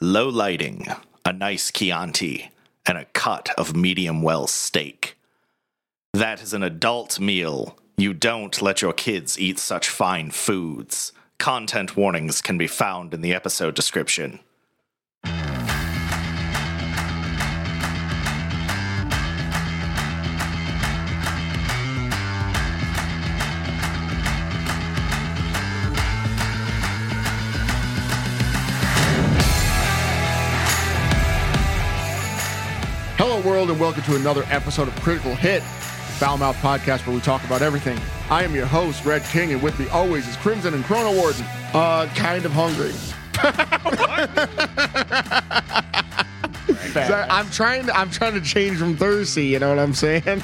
Low lighting, a nice Chianti, and a cut of medium well steak. That is an adult meal. You don't let your kids eat such fine foods. Content warnings can be found in the episode description. Hello, world, and welcome to another episode of Critical Hit, the Foulmouth podcast where we talk about everything. I am your host, Red King, and with me always is Crimson and Chrono Warden. Uh, kind of hungry. So I'm trying to I'm trying to change from thirsty. You know what I'm saying?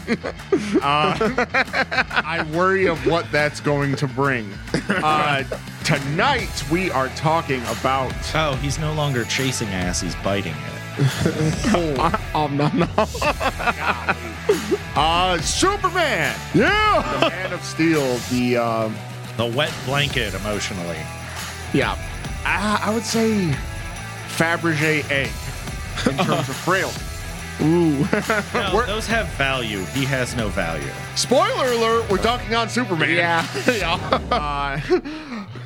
I worry of what that's going to bring. Uh, tonight we are talking about Oh, he's no longer chasing ass, he's biting it. Om nom nom. uh, Superman, Yeah. the Man of Steel, the um, The wet blanket emotionally. Yeah. I, I would say Fabergé egg in terms of frailty. No, We're- those have value. He has no value. Spoiler alert, we're talking on Superman. Yeah. Uh,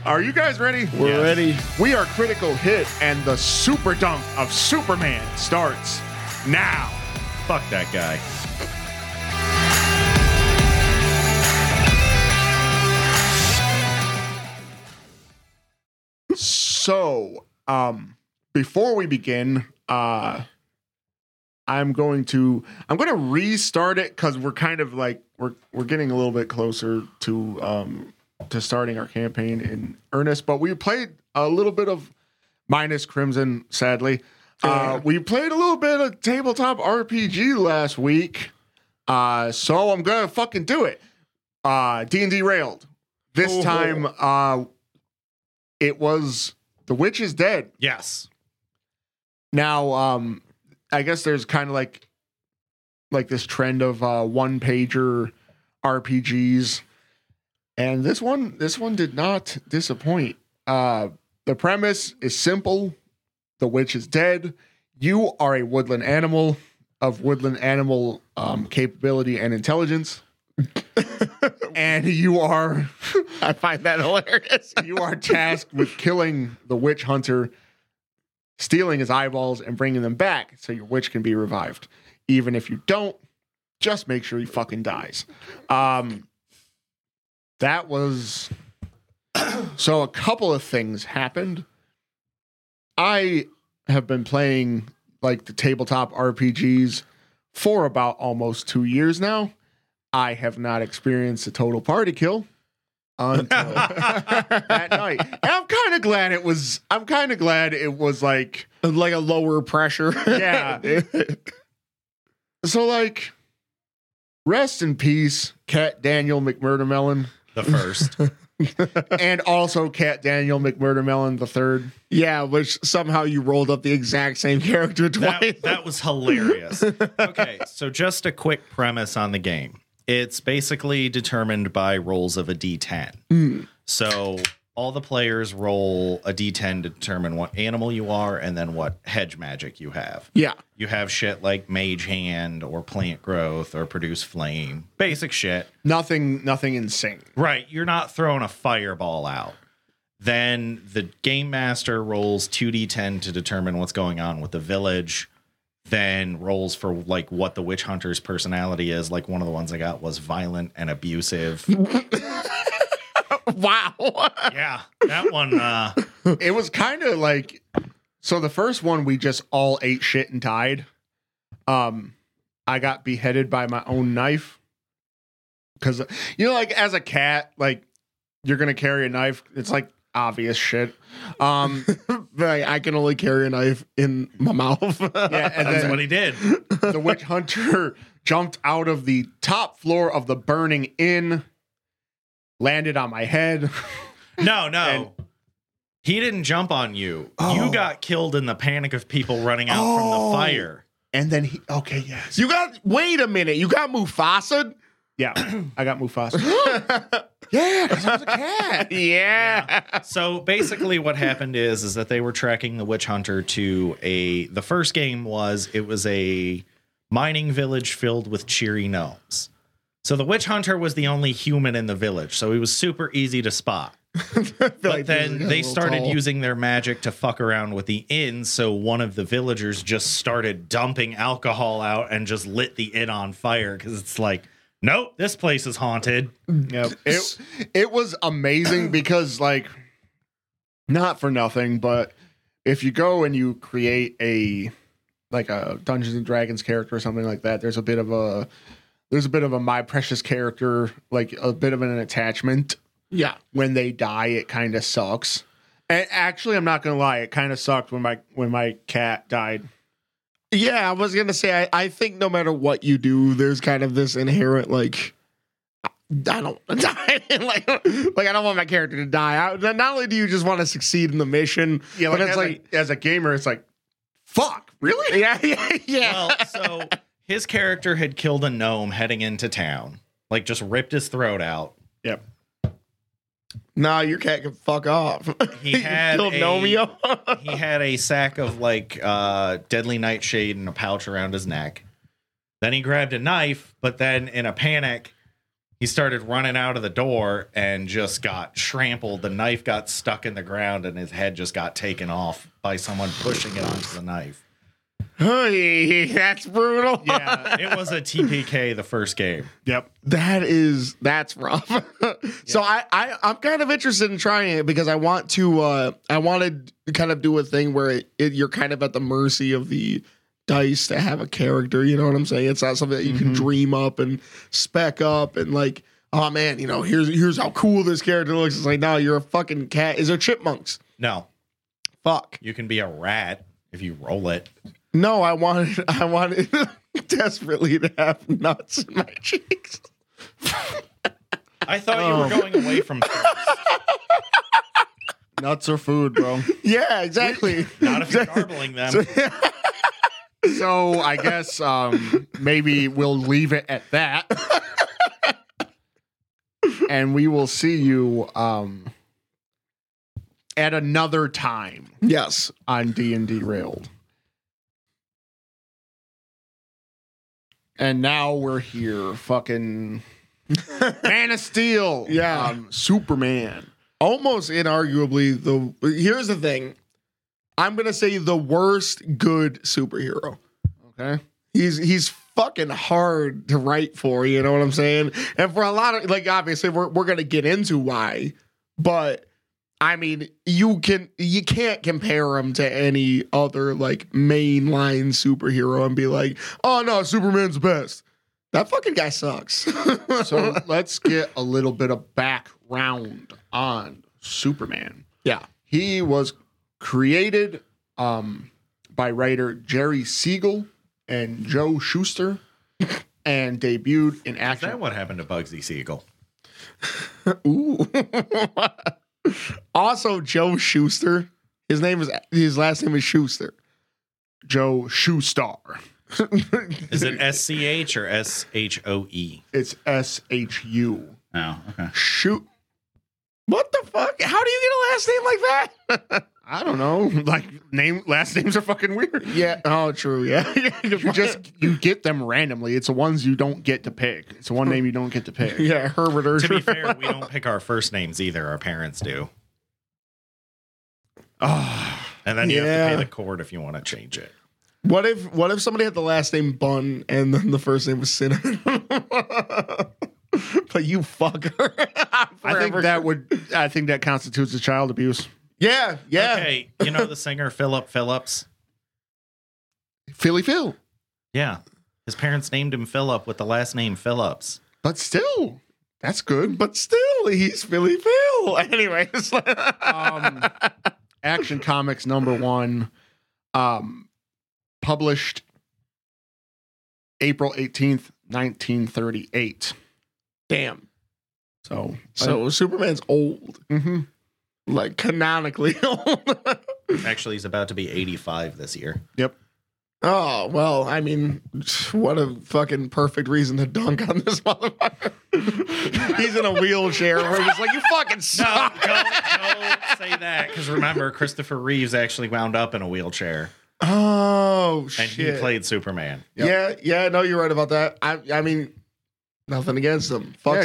are you guys ready? We're Yes. ready. We are Critical Hit, and the super dunk of Superman starts now. Fuck that guy. So, um, before we begin, uh, I'm going to I'm going to restart it because we're kind of like we're we're getting a little bit closer to um, to starting our campaign in earnest. But we played a little bit of minus Crimson, sadly. Uh, Um, we played a little bit of tabletop RPG last week, uh, so I'm gonna fucking do it. Uh, D and D railed. This Oh. time, uh, it was the witch is dead. Yes. Now, um, I guess there's kind of like like this trend of uh, one pager RPGs, and this one this one did not disappoint. Uh, the premise is simple: the witch is dead. You are a woodland animal of woodland animal um, capability and intelligence, and you are I find that hilarious. you are tasked with killing the witch hunter, stealing his eyeballs, and bringing them back so your witch can be revived. Even if you don't, just make sure he fucking dies. Um, that was so. A couple of things happened. I have been playing like the tabletop RPGs for about almost two years now. I have not experienced a total party kill until that night. And I'm kind of glad it was. I'm kind of glad it was like, like a lower pressure. yeah. so like, rest in peace, Cat Daniel McMurder Mellon, The first. and also Cat Daniel McMurder Mellon the third. yeah, which somehow you rolled up the exact same character twice. that, that was hilarious. Okay, so just a quick premise on the game. It's basically determined by rolls of a D10. So all the players roll a D10 to determine what animal you are and then what hedge magic you have. yeah. you have shit like mage hand or plant growth or produce flame basic shit Nothing, nothing insane. right you're not throwing a fireball out then the game master rolls 2d10 to determine what's going on with the village then rolls for like what the witch hunter's personality is like one of the ones i got was violent and abusive Wow. yeah that one uh It was kind of like, so the first one we just all ate shit and died. Um, I got beheaded by my own knife because you know, like as a cat, like you're gonna carry a knife. It's like obvious shit. Um, like, I can only carry a knife in my mouth. yeah, and that's then what he did the witch hunter jumped out of the top floor of the burning inn, landed on my head. no no he didn't jump on you you got killed in the panic of people running out from Oh. the fire And then he, okay, yes. You got wait a minute. You got Mufasa. Yeah, I got Mufasa. Yeah, 'cause it was a cat. Yeah. So basically, what happened is is that they were tracking the witch hunter to a. The first game was it was a mining village filled with cheery gnomes. So the witch hunter was the only human in the village, so he was super easy to spot. But then they started using their magic to fuck around with the inn, so one of the villagers just started dumping alcohol out and just lit the inn on fire because it's like, nope, this place is haunted. it it was amazing because like not for nothing but if you go and you create a like a dungeons and dragons character or something like that there's a bit of a there's a bit of a my precious character like a bit of an attachment Yeah. when they die it kind of sucks and actually i'm not gonna lie it kind of sucked when my when my cat died Yeah, I was gonna say I, I think no matter what you do, there's kind of this inherent like I don't like like I don't want my character to die. I, not only do you just want to succeed in the mission, yeah like, but it's as, like like as a gamer it's like fuck really yeah, yeah, yeah. well, so his character had killed a gnome heading into town, like just ripped his throat out. yep nah, your cat can fuck off. He You had killed a- Nomeo. He had a sack of like uh, deadly nightshade and a pouch around his neck. Then he grabbed a knife, but then in a panic, he started running out of the door and just got trampled. The knife got stuck in the ground, and his head just got taken off by someone pushing it onto the knife. Hey, that's brutal. yeah It was a TPK the first game. yep That is that's rough. So I, I I'm kind of interested in trying it because I want to uh I want to kind of do a thing where it, it you're kind of at the mercy of the dice to have a character, you know what I'm saying? It's not something that you can dream up and spec up and like oh man, you know, here's here's how cool this character looks. It's like no, you're a fucking cat. Is there chipmunks? No, Fuck. you can be a rat if you roll it. No, I wanted I wanted desperately to have nuts in my cheeks. I thought you Oh. were going away from things. nuts are food bro Yeah, exactly. Not if you're garbling them. So I guess um, maybe we'll leave it at that. and we will see you um, at another time yes. on D&D Railed. And now we're here fucking Man of Steel. Yeah. Um, Superman. almost inarguably the here's the thing i'm gonna say the worst good superhero Okay. he's he's fucking hard to write for you know what i'm saying and for a lot of like obviously we're, we're gonna get into why but i mean you can you can't compare him to any other like mainline superhero and be like oh no superman's best that fucking guy sucks So let's get a little bit of background on Superman. yeah He was created um, by writer Jerry Siegel and Joe Schuster and debuted in Is that action. what happened to Bugsy Siegel? Ooh. also, Joe Schuster. His name is his last name is Schuster. Joe Schuster. Is it S C H or S H O E? It's S H U. Oh, okay. Shoot. What the fuck? How do you get a last name like that? I don't know. Like name last names are fucking weird. yeah. Oh, true. Yeah. You just you get them randomly. It's the ones you don't get to pick. It's the one name you don't get to pick. yeah, Herbert To be Urcher. fair, we don't pick our first names either. Our parents do. and then you have to Ah, Yeah. pay the court if you want to change it. What if what if somebody had the last name Bun and then the first name was Cinnamon? but you fucker. I think that would I think that constitutes a child abuse. Yeah. Yeah. Okay, you know the singer Philip Phillips? Philly Phil. Yeah. His parents named him Philip with the last name Phillips. But still, that's good. But still, he's Philly Phil. Anyways. um, Action Comics number one, um, published April 18th, 1938. Damn. So, uh, So Superman's old. mhm. like canonically old. Actually, he's about to be 85 this year. yep. Oh, well, I mean, what a fucking perfect reason to dunk on this motherfucker. He's in a wheelchair. We're just like, you fucking No, suck. don't, don't say that. Because remember, Christopher Reeves actually wound up in a wheelchair Um, Oh, shit. and he played Superman. Yeah, yeah, no, you're right about that. I, I mean, nothing against him. Fuck Yeah.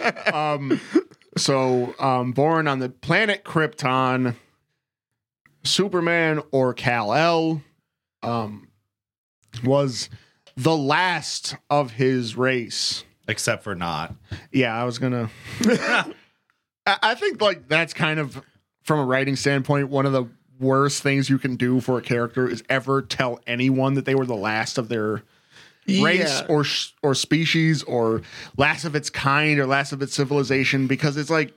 Superman. um, so um, born on the planet Krypton, Superman or Kal El, um, was the last of his race. Except for not. Yeah, I was gonna. I I think like that's kind of from a writing standpoint one of the worst things you can do for a character is ever tell anyone that they were the last of their race Yeah. or sh- or species or last of its kind or last of its civilization because it's like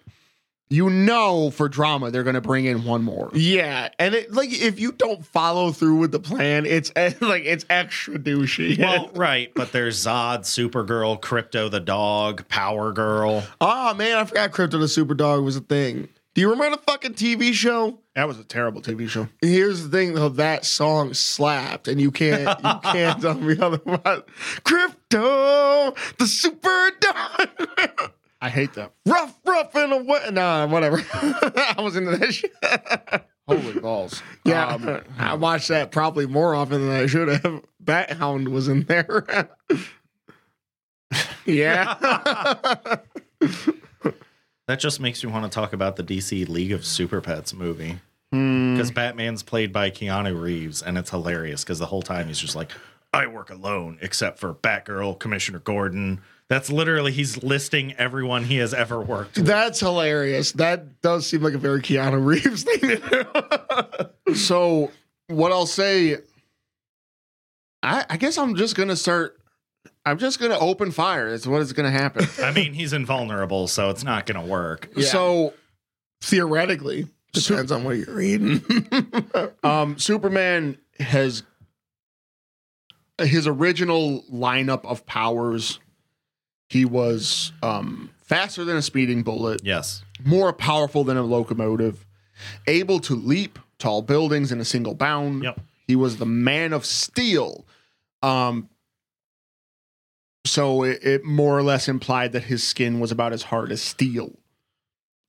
you know for drama they're going to bring in one more. Yeah, and it, like if you don't follow through with the plan, it's eh, like it's extra douchey. Well, right, but there's Zod, Supergirl, Crypto the dog, Power Girl. oh man, I forgot Crypto the Superdog was a thing. Do you remember the fucking TV show? That was a terrible TV show. Here's the thing though, that song slapped, and you can't you can't tell me otherwise. Crypto the Superdog. I hate that. rough, rough in a way. Nah, whatever. I was into that shit. Holy balls. Yeah, Um, I watched that probably more often than I should have. Bat Hound was in there. yeah. That just makes you want to talk about the DC League of Super Pets movie. Because Batman's played by Keanu Reeves, and it's hilarious because the whole time he's just like, I work alone except for Batgirl, Commissioner Gordon. That's literally, he's listing everyone he has ever worked with. That's hilarious. That does seem like a very Keanu Reeves thing to do. so what I'll say, I, I guess I'm just gonna start. I'm just gonna open fire. That's what is gonna happen. I mean, he's invulnerable, so it's not going to work. Yeah. So, Theoretically, depends on what you're reading. um, Superman has his original lineup of powers. He was um, faster than a speeding bullet, Yes. more powerful than a locomotive, able to leap tall buildings in a single bound. Yep. He was the man of steel. Um, so it, it more or less implied that his skin was about as hard as steel.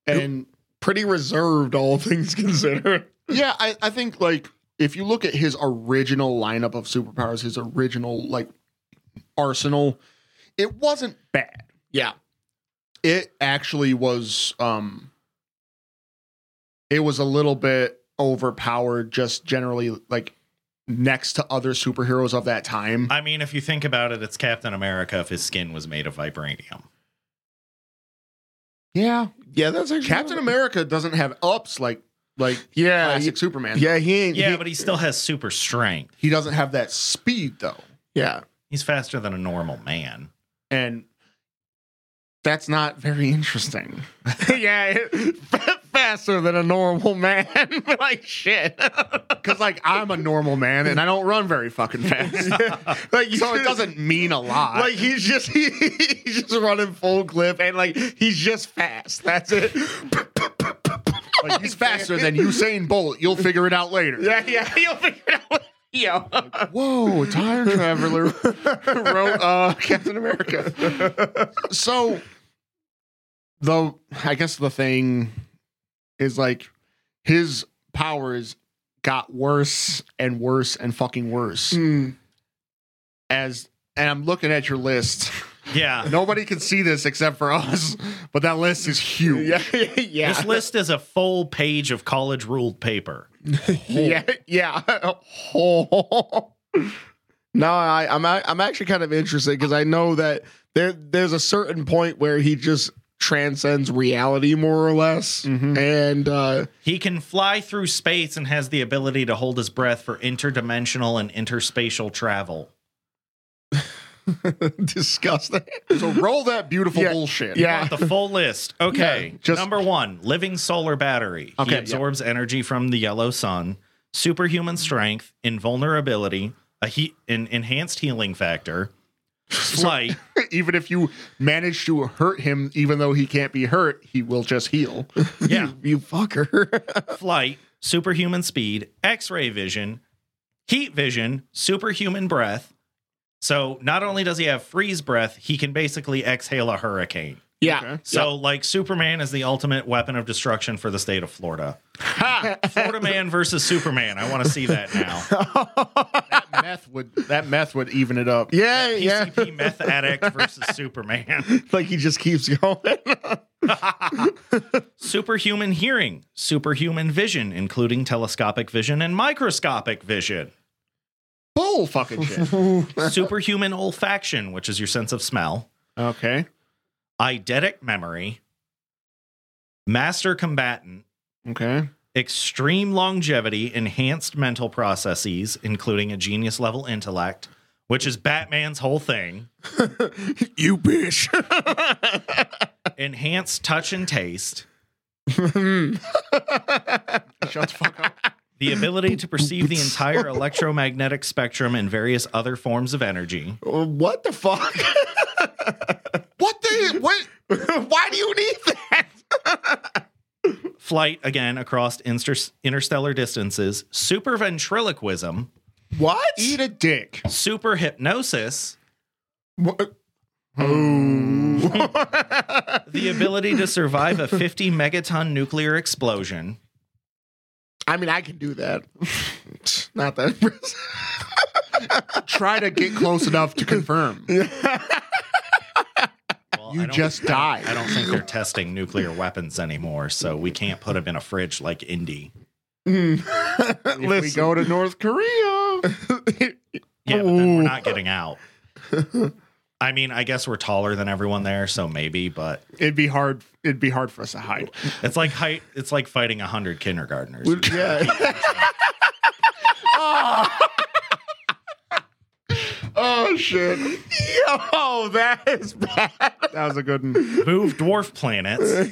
And Pretty reserved, all things considered. yeah, I, I think like if you look at his original lineup of superpowers, his original like arsenal, it wasn't bad. Yeah. it actually was um it was a little bit overpowered just generally like next to other superheroes of that time I mean, if you think about it, it's Captain America if his skin was made of vibranium. yeah Yeah, that's actually captain america doesn't have ups like like Yeah. classic superman Yeah, he ain't. Yeah, he- but he still has super strength. he doesn't have that speed though yeah. He's faster than a normal man. and that's not very interesting yeah, it- faster than a normal man. like shit. because like i'm a normal man and i don't run very fucking fast like you so it should- doesn't mean a lot Like he's just he, he's just running full clip and like he's just fast. That's it. Like, he's faster than usain bolt you'll figure it out later yeah, yeah. You'll figure it out. Yo. Whoa, time traveler wrote uh, Captain America. So, though, I guess the thing is like his powers got worse and worse and fucking worse as. And I'm looking at your list. Yeah. Nobody can see this except for us, but that list is huge. Yeah, yeah, This list is a full page of college ruled paper. yeah, yeah. no, I, I'm a- I'm actually kind of interested because I know that there there's a certain point where he just transcends reality more or less, Mhm. and uh, He can fly through space and has the ability to hold his breath for interdimensional and interspatial travel. disgusting. So roll that beautiful Yeah. bullshit. Yeah. The full list. Okay. Yeah, just- Number one, living solar battery. Okay, he yeah. absorbs energy from the yellow sun, superhuman strength, invulnerability, a heat, an enhanced healing factor, flight. Even if you manage to hurt him, even though he can't be hurt, he will just heal. yeah. you fucker. flight, superhuman speed, X ray vision, heat vision, superhuman breath. So not only does he have freeze breath, he can basically exhale a hurricane. Yeah. Okay. So like Superman is the ultimate weapon of destruction for the state of Florida. Ha! Florida man versus Superman. I want to see that now. that meth would that meth would even it up. Yeah, yeah. PCP meth addict versus Superman. Like he just keeps going. Superhuman hearing, superhuman vision, including telescopic vision and microscopic vision. Bull fucking shit. Superhuman olfaction, which is your sense of smell. Okay. eidetic memory, master combatant, Okay. extreme longevity, enhanced mental processes, including a genius level intellect, which is Batman's whole thing, you bitch. enhanced touch and taste, Shut the fuck up. the ability to perceive the entire electromagnetic spectrum and various other forms of energy, what the fuck? What the what Why do you need that? flight again across inter- interstellar distances, super ventriloquism, What? eat a dick. super hypnosis, What? Oh. the ability to survive a 50 megaton nuclear explosion. I mean, I can do that. Not that impressive. Try to get close enough to confirm. Well, I You don't- just died. I don't think they're testing nuclear weapons anymore, so we can't put them in a fridge like Indy. If we go to North Korea. Yeah, but then we're not getting out. I mean, I guess we're taller than everyone there, so maybe, but It'd be hard it'd be hard for us to hide. it's like height it's like fighting a hundred kindergartners. yeah. Oh shit. Yo, Oh, that is bad. That was a good one. Move dwarf planets,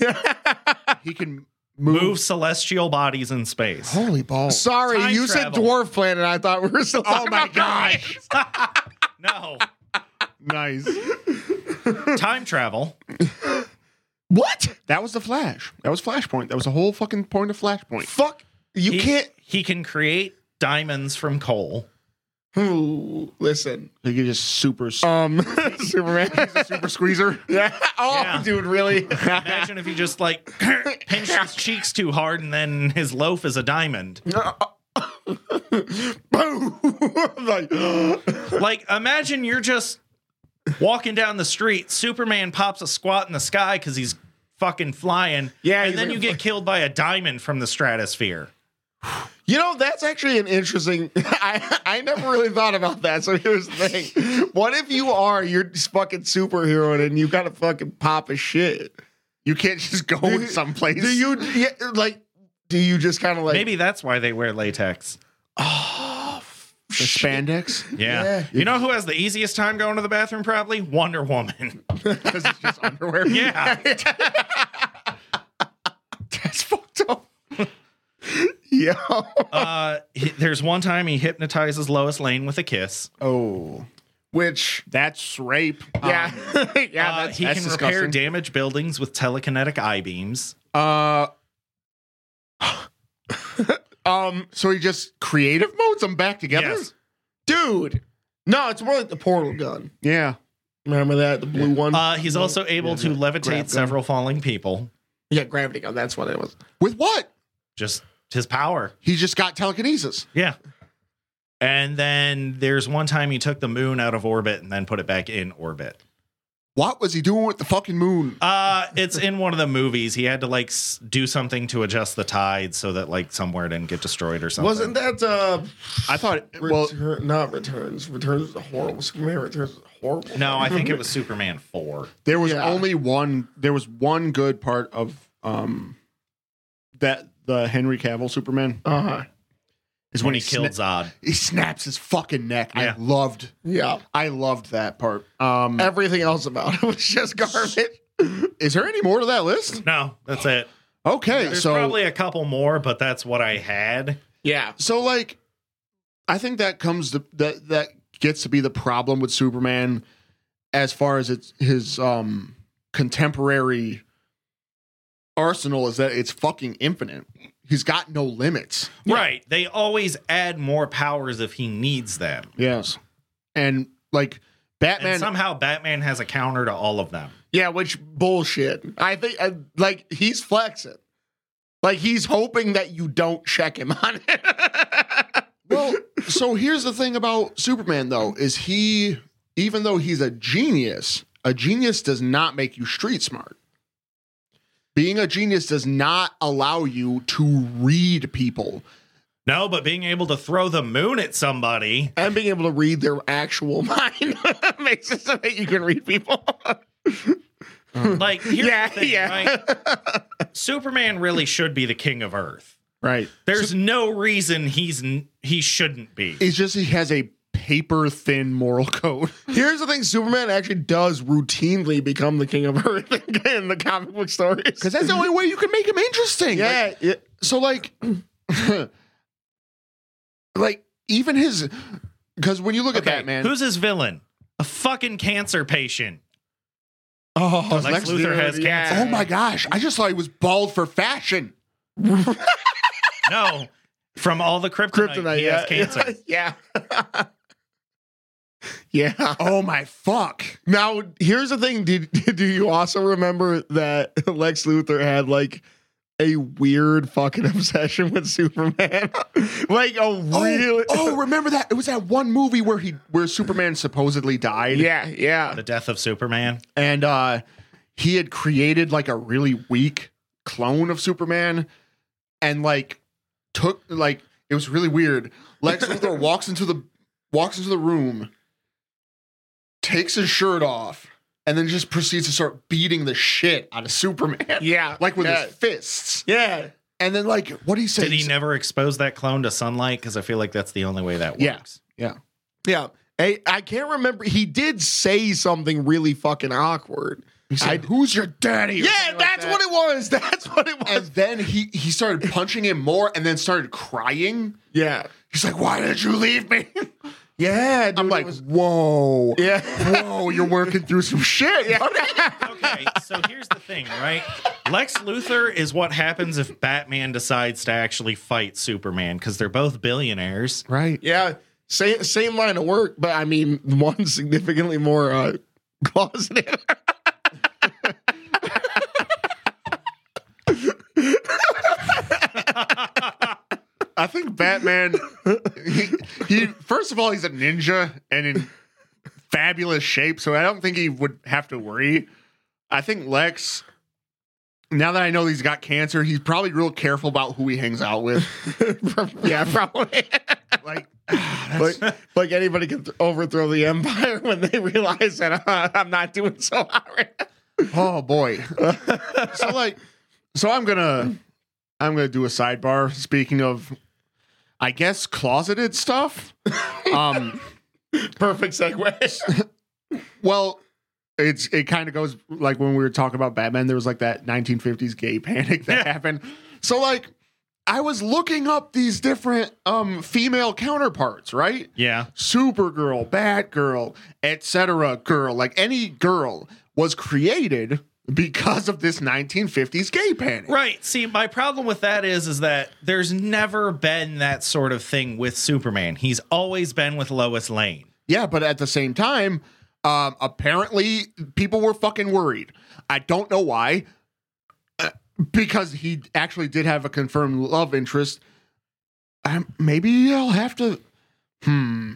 He can move, move celestial bodies in space. holy balls. Sorry, Time you travel. said dwarf planet. I thought we were still. Oh talking my about gosh. No. Nice. Time travel. What? That was the flash. That was Flashpoint. That was the whole fucking point of Flashpoint. Fuck. You He- can't. he can create diamonds from coal. Ooh, listen. He could just super Um, Superman. super squeezer. yeah. Oh, Yeah. dude, really? Imagine if he just like pinched his cheeks too hard and then his loaf is a diamond. Boom. I'm like, Like, imagine you're just walking down the street. Superman pops a squat in the sky because he's fucking flying. Yeah, And he's then like- you get killed by a diamond from the stratosphere. You know, that's actually an interesting. I I never really thought about that. So here's the thing: what if you are you're this fucking superhero and you gotta fucking pop a shit? You can't just go Do- someplace. Do you yeah, like? Do you just kind of like Maybe that's why they wear latex. the spandex? Yeah. Yeah. You know who has the easiest time going to the bathroom, probably? Wonder Woman. Because it's just underwear. Yeah. that's fucked up? Yo, uh, he- there's one time he hypnotizes Lois Lane with a kiss. Oh. which That's rape. yeah, yeah, Uh, that's, he that's can repair disgusting. damaged buildings with telekinetic eye beams. Uh um so he just creative modes them back together? Yes. dude. No, it's more like the portal gun. Yeah. Remember that the blue one? Uh, he's also able to levitate several falling people. yeah, gravity gun. That's what it was. With what? Just his power. He just got telekinesis. Yeah. And then there's one time he took the moon out of orbit and then put it back in orbit. What was he doing with the fucking moon? Uh, it's in one of the movies. He had to like s- do something to adjust the tide so that like somewhere it didn't get destroyed or something. Wasn't that uh? I thought well Return, not returns. Returns is horrible. Superman returns is horrible. No, I think it was Superman four. there was Yeah. only one there was one good part of um that the Henry Cavill Superman Uh huh. is When he sna- killed Zod. he snaps his fucking neck. Yeah. I loved Yeah. I loved that part. Mm. Um Everything else about it was just garbage. is there any more to that list? No, that's it. Okay, There's so probably a couple more, but that's what I had. Yeah. so like i think that comes the that that gets to be the problem with superman as far as it's his um contemporary arsenal is that it's fucking infinite he's got no limits. Right. They always add more powers if he needs them. Yes. And like And Batman somehow Batman has a counter to all of them. Yeah, which bullshit. I think I, like he's flexing. Like he's hoping that you don't check him on it. Well, so here's the thing about Superman though, is he even though he's a genius, a genius does not make you street smart. Being a genius does not allow you to read people. No, but being able to throw the moon at somebody. and being able to read their actual mind makes it so that you can read people. Like, here's Yeah, the thing, yeah. right? Superman really should be the king of Earth. Right. There's no reason he's n- he shouldn't be. It's just he has a paper thin moral code. Here's the thing: Superman actually does routinely become the king of Earth in the comic book stories. Because that's the only way you can make him interesting. Like, yeah, yeah, so like like even his because when you look Okay, at Batman, Who's his villain? A fucking cancer patient. oh, Lex, Luthor, has yeah. cancer. Oh my gosh, I just thought he was bald for fashion. No. From all the kryptonite, kryptonite. he yeah, has cancer. yeah, yeah. Oh my fuck. Now, here's the thing: Did do you also remember that Lex Luthor had like a weird fucking obsession with Superman? like a Oh, really? oh, remember that? It was that one movie where he where Superman supposedly died. yeah, yeah. The death of Superman. And uh he had created like a really weak clone of Superman and like took like it was really weird. Lex Luthor walks into the walks into the room, takes his shirt off, and then just proceeds to start beating the shit out of Superman. Yeah, Like with yeah, his fists. yeah. And then like what he say? Did he never expose that clone to sunlight? Because I feel like that's the only way that works. Yeah. Yeah. Yeah. I, I can't remember. He did say something really fucking awkward. He said, "Who's your daddy?" or Yeah, something like that's that. what it was. That's what it was. And then he he started punching him more, and then started crying. yeah. He's like, "Why did you leave me?" Yeah. I'm like, "Whoa, yeah. Oh. whoa, you're working through some shit." Okay, so here's the thing, right? Lex Luthor is what happens if Batman decides to actually fight Superman because they're both billionaires. Right. yeah. Same, same line of work, but I mean, one significantly more uh, closeted. I think Batman. He, he first of all, he's a ninja and in fabulous shape, so I don't think he would have to worry. I think Lex. Now that I know he's got cancer, he's probably real careful about who he hangs out with. yeah, probably. Like, like, like anybody can th- overthrow the empire when they realize that uh, I'm not doing so hot right now. Oh boy. so like so I'm gonna I'm gonna do a sidebar. Speaking of I guess closeted stuff. Um Perfect segue. well it's it kind of goes like when we were talking about Batman, there was like that 1950s gay panic that happened. So like I was looking up these different um female counterparts, right? Yeah. Supergirl, Batgirl, etc. girl, like any girl was created because of this 1950s gay panic. Right. See, my problem with that is is that there's never been that sort of thing with Superman. He's always been with Lois Lane. Yeah, but at the same time, um, apparently people were fucking worried. I don't know why, Uh, because he actually did have a confirmed love interest. Um, maybe I'll have to. Hmm.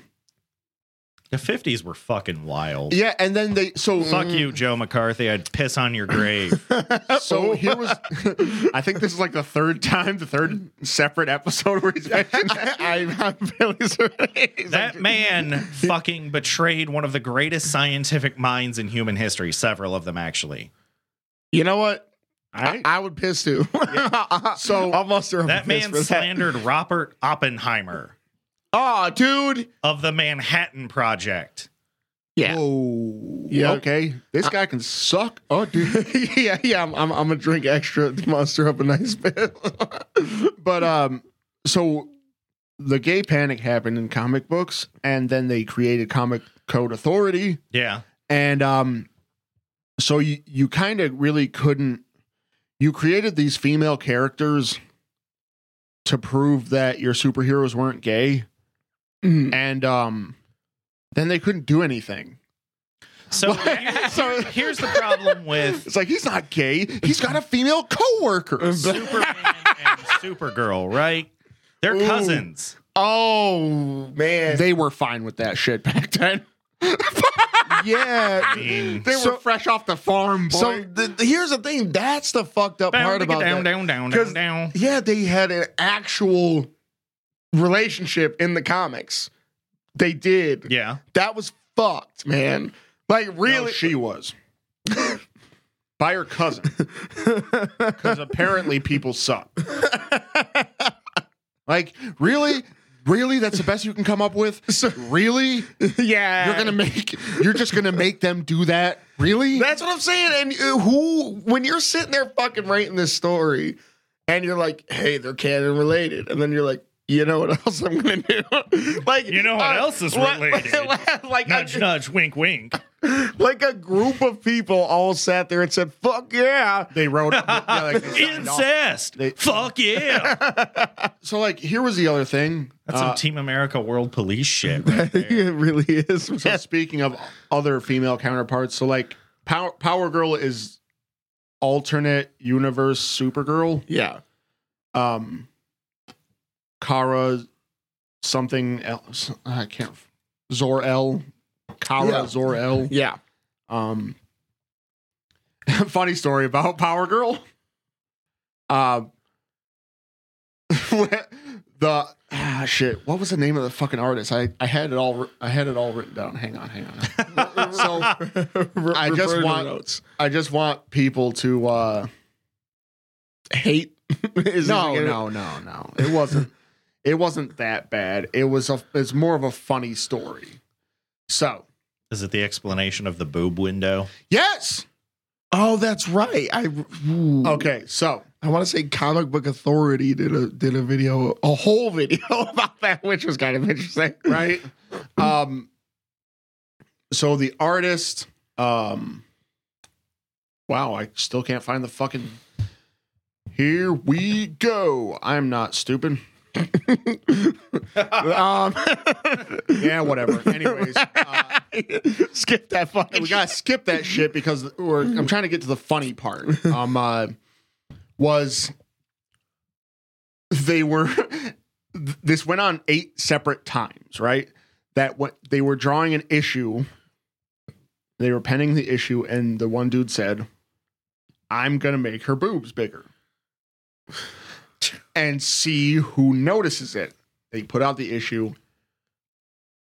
The 50s were fucking wild. Yeah, and then they so Fuck you, Joe McCarthy. I'd piss on your grave. So here was, I think this is like the third time, the third separate episode where he's mentioned that. I, I'm really sorry. that man fucking betrayed one of the greatest scientific minds in human history, several of them actually. You know what? Alright. I, I would piss too. Uh-huh. Oh, so I'll muster up a That fist man for slandered Robert Oppenheimer Oh, dude. of the Manhattan Project. Yeah. Whoa. Yeah. Okay. This guy can suck. Oh, dude. yeah, yeah. I'm, I'm, I'm gonna drink extra to muster up a nice bit. but um, so the gay panic happened in comic books, and then they created Comic Code Authority, Yeah. and um, so you you kind of really couldn't. You created these female characters to prove that your superheroes weren't gay, Mm. and um, then they couldn't do anything. So So- here's the problem with It's like he's not gay. He's got a female coworker. Superman and Supergirl, right? They're Ooh. cousins. Oh man, They were fine with that shit back then. I yeah. mean, They So- were fresh off the farm. Boy. So th- th- here's the thing. That's the fucked up part about down, that. down, down, down, 'Cause- down. Yeah, they had an actual relationship in the comics. They did. Yeah. That was fucked, man. Like No, really, she was by her cousin because apparently people suck. like really, really, that's the best you can come up with. really, yeah. you're gonna make you're just gonna make them do that. Really? That's what I'm saying. And uh, who, when you're sitting there fucking writing this story, and you're like, "Hey, they're canon related," and then you're like, "You know what else I'm gonna do?" like, You know what else is la- related? la- like, Nudge, a, nudge, wink, wink. like a group of people all sat there and said, "Fuck yeah!" They wrote. yeah, like, they signed off. Incest. They- Fuck yeah. so like, here was the other thing. That's Uh, some Team America World Police shit. Right there. it really is. So man. speaking of other female counterparts, so like Power, Power Girl is alternate universe Supergirl. Yeah. Um, Kara, something else. I can't. Zor El, Kara Yeah. Zor El. Yeah. Um, funny story about Power Girl. Um, the ah, shit. What was the name of the fucking artist? I I had it all. wr- I had it all written down. Hang on, hang on. so I just Refer to want- notes. I just want people to. uh hate. Is No, this- no, no, no. It wasn't. it wasn't that bad. It was a. It's more of a funny story. So Is it the explanation of the boob window? yes. Oh, that's right. I ooh. Okay. So I want to say Comic Book Authority did a did a video, a whole video about that, which was kind of interesting. right? Um, so the artist, um, wow, I still can't find the fucking. Here we go. I'm not stupid. Um, Yeah, whatever. Anyways, uh, skip that fucking. we gotta skip that shit because we're, I'm trying to get to the funny part. Um, uh, was they were this went on eight separate times, right? That what they were drawing an issue, they were penning the issue, and the one dude said, "I'm gonna make her boobs bigger." And see who notices it. They put out the issue.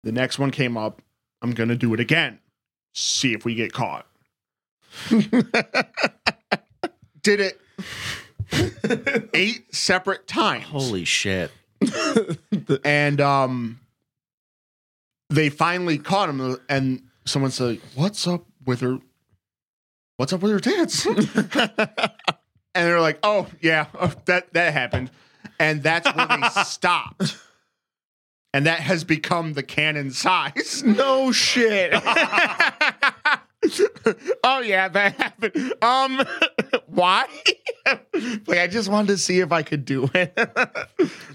The next one came up. I'm going to do it again see if we get caught. Did it eight separate times. Holy shit. And um they finally caught him and someone said, What's up with her? What's up with her tits? and they're like, Oh yeah, oh, that that happened. And that's where they stopped. And that has become the canon size. no shit. oh yeah, that happened. Um, why? like I just wanted to see if I could do it.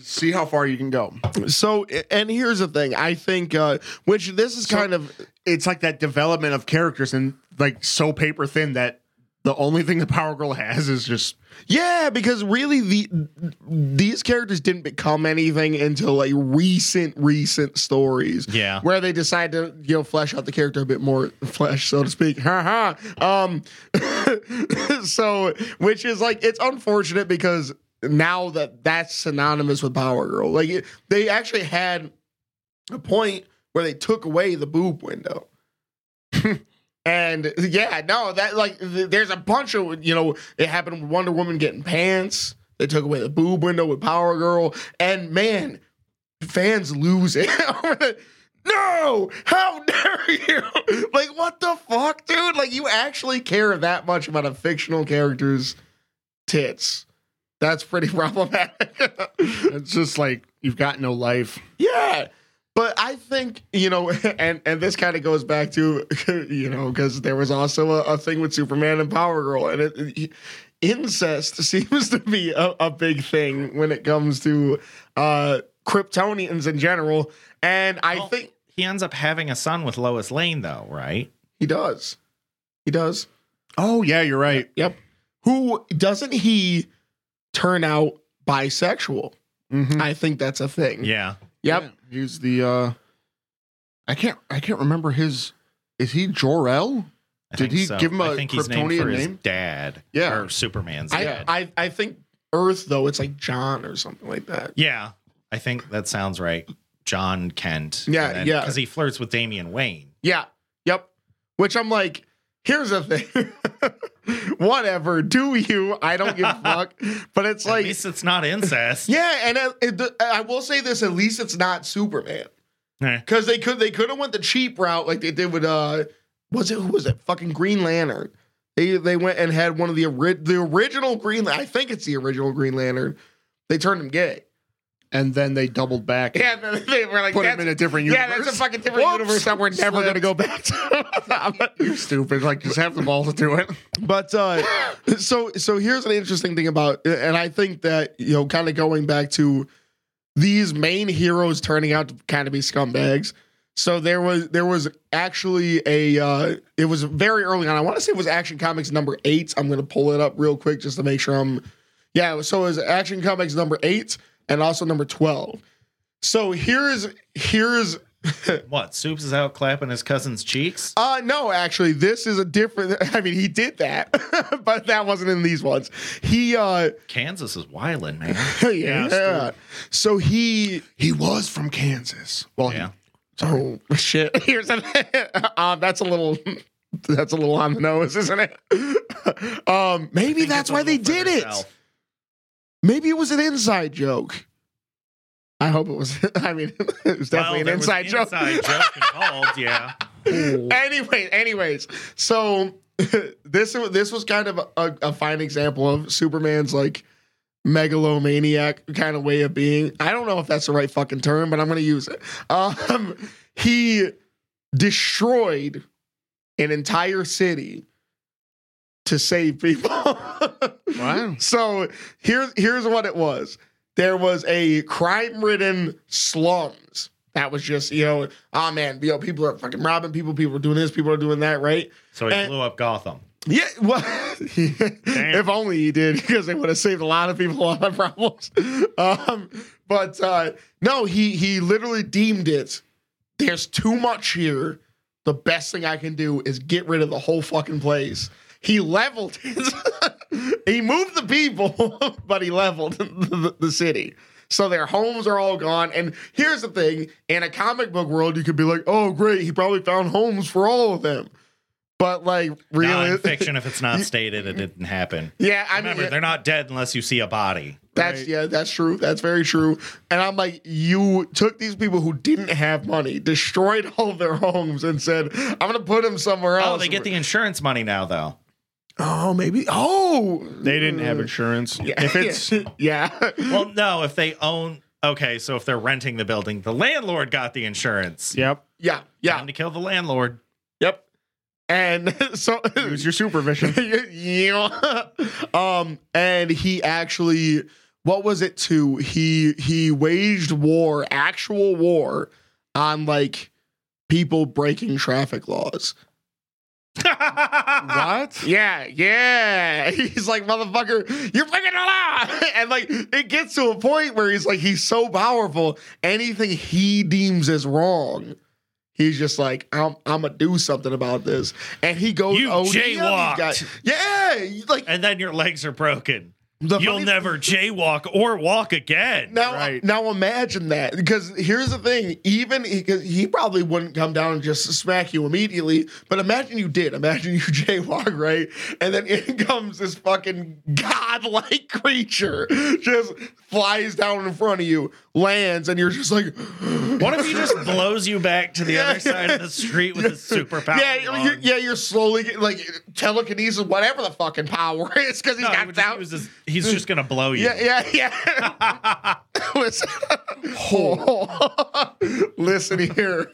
See how far you can go. so, and here's the thing. I think, uh, which this is kind of it's like that development of characters and like so paper thin that the only thing the Power Girl has is just Yeah, because really the these characters didn't become anything until like recent recent stories. Yeah. Where they decide to you know flesh out the character a bit more flesh, so to speak. Ha ha. Um so which is like it's unfortunate because now that that's synonymous with Power Girl. Like it, they actually had a point where they took away the boob window. And yeah, no, that like th- there's a bunch of you know it happened with Wonder Woman getting pants. They took away the boob window with Power Girl, and man, fans lose it over the. No! How dare you? Like, what the fuck, dude? Like, you actually care that much about a fictional character's tits? That's pretty problematic. it's just like you've got no life. Yeah. But I think, you know, and, and this kind of goes back to, you know, because there was also a, a thing with Superman and Power Girl. And it, incest seems to be a, a big thing when it comes to uh, Kryptonians in general, and I Well- think He ends up having a son with Lois Lane, though, right? he does. He does. Oh yeah, you're right. Yep. Who doesn't he turn out bisexual? Mhm. I think that's a Mm-hmm. thing. Yeah. Yep. Yeah, he's the. uh I can't. I can't remember his. Is he Jor El? I Did think he give him a I think he's named Kryptonian for his name? dad. Yeah. Or Superman's I, dad. I I think Earth though it's like John or something like that. yeah. I think that sounds right. John Kent. Yeah, yeah. Because he flirts with Damian Wayne. Yeah. Yep. Which I'm like, here's the thing. Whatever, do you? I don't give a fuck. But it's At like, least it's not incest. yeah, and uh, it, it- I will say this: at least it's not Superman Eh. because they could they could have went the cheap route like they did with uh, was it who was it? Fucking Green Lantern. They they went and had one of the ori- the original Green. I think it's the original Green Lantern. They turned him gay. And then they doubled back. Yeah, and then they were like, put him in that's- a different yeah, universe. that's a fucking different Whoops. universe that we're never Slipped. gonna go back to. You're stupid. Like just have the balls to do it. But uh, so so here's an interesting thing about, and I think that you know, kind of going back to these main heroes turning out to kind of be scumbags. So there was there was actually a uh, it was very early on. I want to say it was Action Comics number eight. I'm gonna pull it up real quick just to make sure I'm yeah. So it was Action Comics number eight and also number twelve. So here's here's What? Soups is out clapping his cousin's cheeks? uh no, actually, this is a different. I mean, he did that, but that wasn't in these ones. He uh Kansas is wildin', man. yeah. dude. So he He was from Kansas. Well, Yeah. oh shit. Here's an um that's a little that's a little on the nose, isn't it? um maybe that's why they did it. Maybe it was an inside joke. I hope it was. I mean, it was Well, definitely there an was inside joke. Inside joke involved, yeah. anyway, anyways, so this this was kind of a, a fine example of Superman's like megalomaniac kind of way of being. I don't know if that's the right fucking term, but I'm gonna use it. Um, he destroyed an entire city to save people. Wow. So here's here's what it was. There was a crime-ridden slums that was just you know, oh man, you know, people are fucking robbing people, people are doing this, people are doing that, right? So he And- blew up Gotham. Yeah, well, if only he did, because it would have saved a lot of people a lot of problems. Um, but uh, no, he he literally deemed it. There's too much here. The best thing I can do is get rid of the whole fucking place. He leveled it. he moved the people, but he leveled the, the city. So their homes are all gone. And here's the thing: in a comic book world, you could be like, "Oh, great, he probably found homes for all of them." But like, really, fiction, if it's not stated, it didn't happen. yeah, I Remember, mean, they're not dead unless you see a body. that's yeah, that's true. That's very true. And I'm like, you took these people who didn't have money, destroyed all of their homes, and said, "I'm gonna put them somewhere else." Oh, they get the insurance money now, though. oh maybe oh They didn't have insurance. If it's yeah. Well, no, if they own. Okay, so if they're renting the building, the landlord got the insurance. yep, yeah, Time yeah, to kill the landlord. yep. And so use your supervision. yeah. um, and he actually, what was it to? He he waged war, actual war, on like people breaking traffic laws. what? Yeah, yeah. He's like, motherfucker, you're breaking the law. And like, it gets to a point where he's like, he's so powerful. Anything he deems as wrong, he's just like, I'm, I'm gonna do something about this. And he goes, You OD on these jaywalked. guys. Yeah, like and then your legs are broken. the You'll funny- never jaywalk or walk again. Now, Right. now imagine that. Because here's the thing: even because he probably wouldn't come down and just smack you immediately, but imagine you did. Imagine you jaywalk, right? And then in comes this fucking godlike creature, just flies down in front of you, lands, and you're just like, What if he just blows you back to the other side of the street with his superpower? yeah, you're- lung? you're, yeah, you're slowly get- like telekinesis, whatever the fucking power is, because he's No, he got would just down. use his- he he's just gonna blow you. Yeah, yeah, yeah. Listen, Listen here.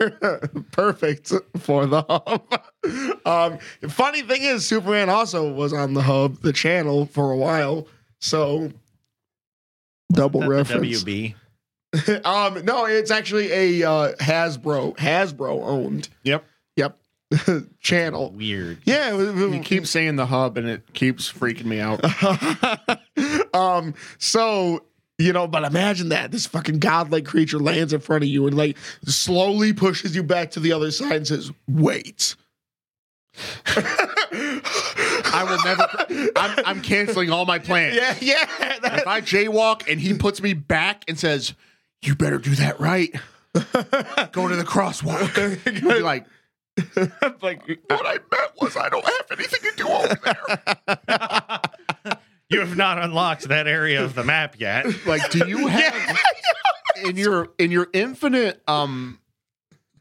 Perfect for the hub. Um, funny thing is, Superman also was on the hub, the channel, for a while. So, double Is that the reference. WB. um, no, it's actually a uh, Hasbro, Hasbro owned. Yep. Yep. channel. Weird. Yeah, it was- You keep saying the hub, and it keeps freaking me out. um, so you know, but imagine that this fucking godlike creature lands in front of you and like slowly pushes you back to the other side and says, "Wait." I will never. I'm, I'm canceling all my plans. Yeah, yeah. If that- I jaywalk and he puts me back and says, "You better do that right," go to the crosswalk. You'd be like, like, what I meant was I don't have anything to do over there. You have not unlocked that area of the map yet. Like, do you have in your in your infinite um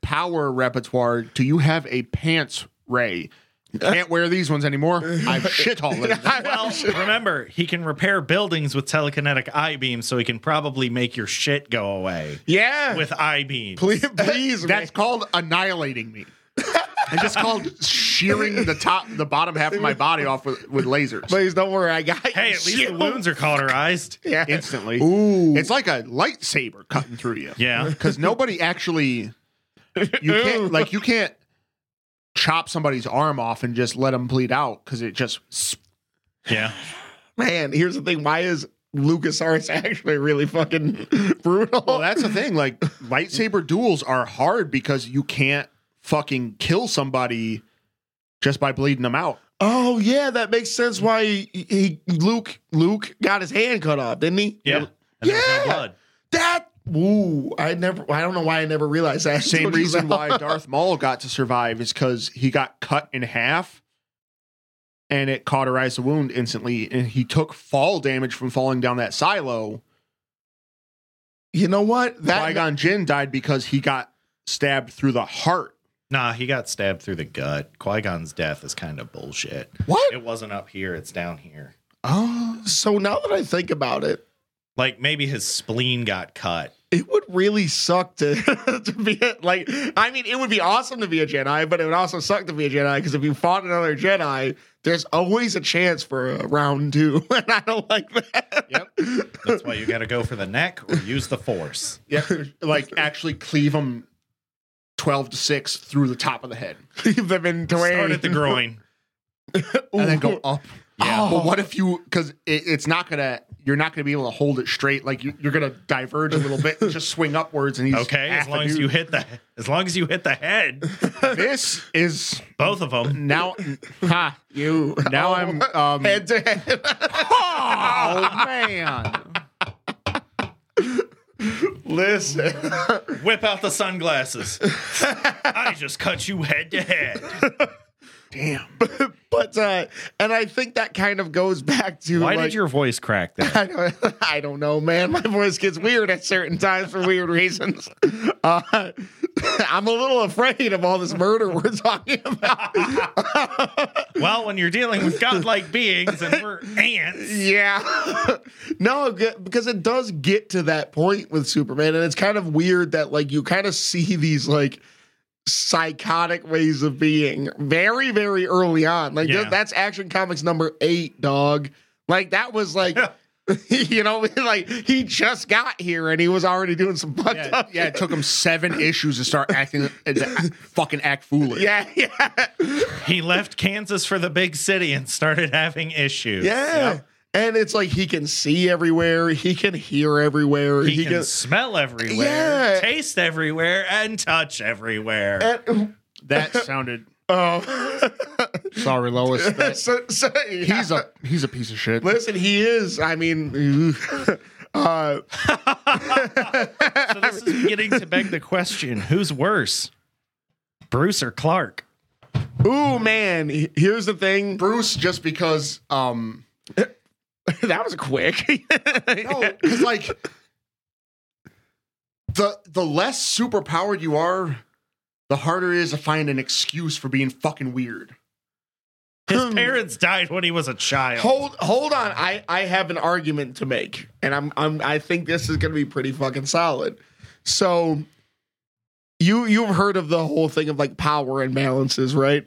power repertoire? Do you have a pants ray? You can't wear these ones anymore. I've shit all in them. Well, remember, he can repair buildings with telekinetic I beams, so he can probably make your shit go away yeah. with I beams. please, please. That's called annihilating me. It's just called shearing the top, the bottom half of my body off with, with lasers please don't worry. I got Hey, at least the wounds are cauterized. Yeah. instantly. Ooh. It's like a lightsaber cutting through you. Yeah. because nobody actually you can't like you can't chop somebody's arm off and just let them bleed out because it just Yeah. man, here's the thing. Why is LucasArts actually really fucking brutal? well that's the thing like lightsaber duels are hard because you can't fucking kill somebody just by bleeding them out Oh yeah, that makes sense. Why he, he- Luke Luke got his hand cut off, didn't he? Yeah. And there's no Yeah. blood. That ooh, I never. I don't know why I never realized that. same until just reason now. why darth maul got to survive is because he got cut in half and it cauterized the wound instantly and he took fall damage from falling down that silo You know what? Qui That Gon Jinn died because he got stabbed through the heart. Nah, he got stabbed through the gut. Qui Gon's death is kind of bullshit. what? It wasn't up here, it's down here. Oh, so now that I think about it, Like maybe his spleen got cut. it would really suck to to be a, like. I mean, it would be awesome to be a Jedi, but it would also suck to be a Jedi because if you fought another Jedi, there's always a chance for a round two, and I don't like that. Yep. That's why you got to go for the neck or use the force. Yeah, like actually cleave him twelve to six through the top of the head, They've been Start at the ground. groin. and then go up. Yeah. But what if you? Because it, it's not gonna. You're not gonna be able to hold it straight. Like you, you're gonna diverge a little bit, and just swing upwards, and he's Okay, as half a long as dude. you hit the as long as you hit the head, This is both of them. now. Ha! You Oh. Now I'm. Um, head to head. oh man! Listen, Whip out the sunglasses. I just cut you head to head. Damn. but uh, and I think that kind of goes back to Why like, did your voice crack there? I don't, I don't know, man. My voice gets weird at certain times for weird reasons. Uh, I'm a little afraid of all this murder we're talking about. Well, when you're dealing with godlike beings and we're ants, Yeah. no, g- because it does get to that point with Superman, and it's kind of weird that like you kind of see these like psychotic ways of being very, very early on. Like Yeah. th- that's Action Comics number eight, dog. Like that was like. You know, like he just got here and he was already doing some fucked Yeah, up. yeah, it took him seven issues to start acting, to fucking act foolish. yeah, yeah. he left Kansas for the big city and started having issues. Yeah. And it's like he can see everywhere, he can hear everywhere, He, can smell everywhere, Yeah. taste everywhere, and touch everywhere. and- that sounded. oh. Sorry, Lois. that- so, so yeah. He's a he's a piece of shit. listen. He is. I mean, uh, so this is beginning to beg the question: Who's worse, Bruce or Clark? ooh, man. he- Here's the thing. Bruce just because um that was quick. no cuz like the the less superpowered you are the harder it is to find an excuse for being fucking weird. His Hmm. parents died when he was a child. Hold hold on. I, I have an argument to make. And I'm I'm I think this is gonna be pretty fucking solid. So you you've heard of the whole thing of like power imbalances, right?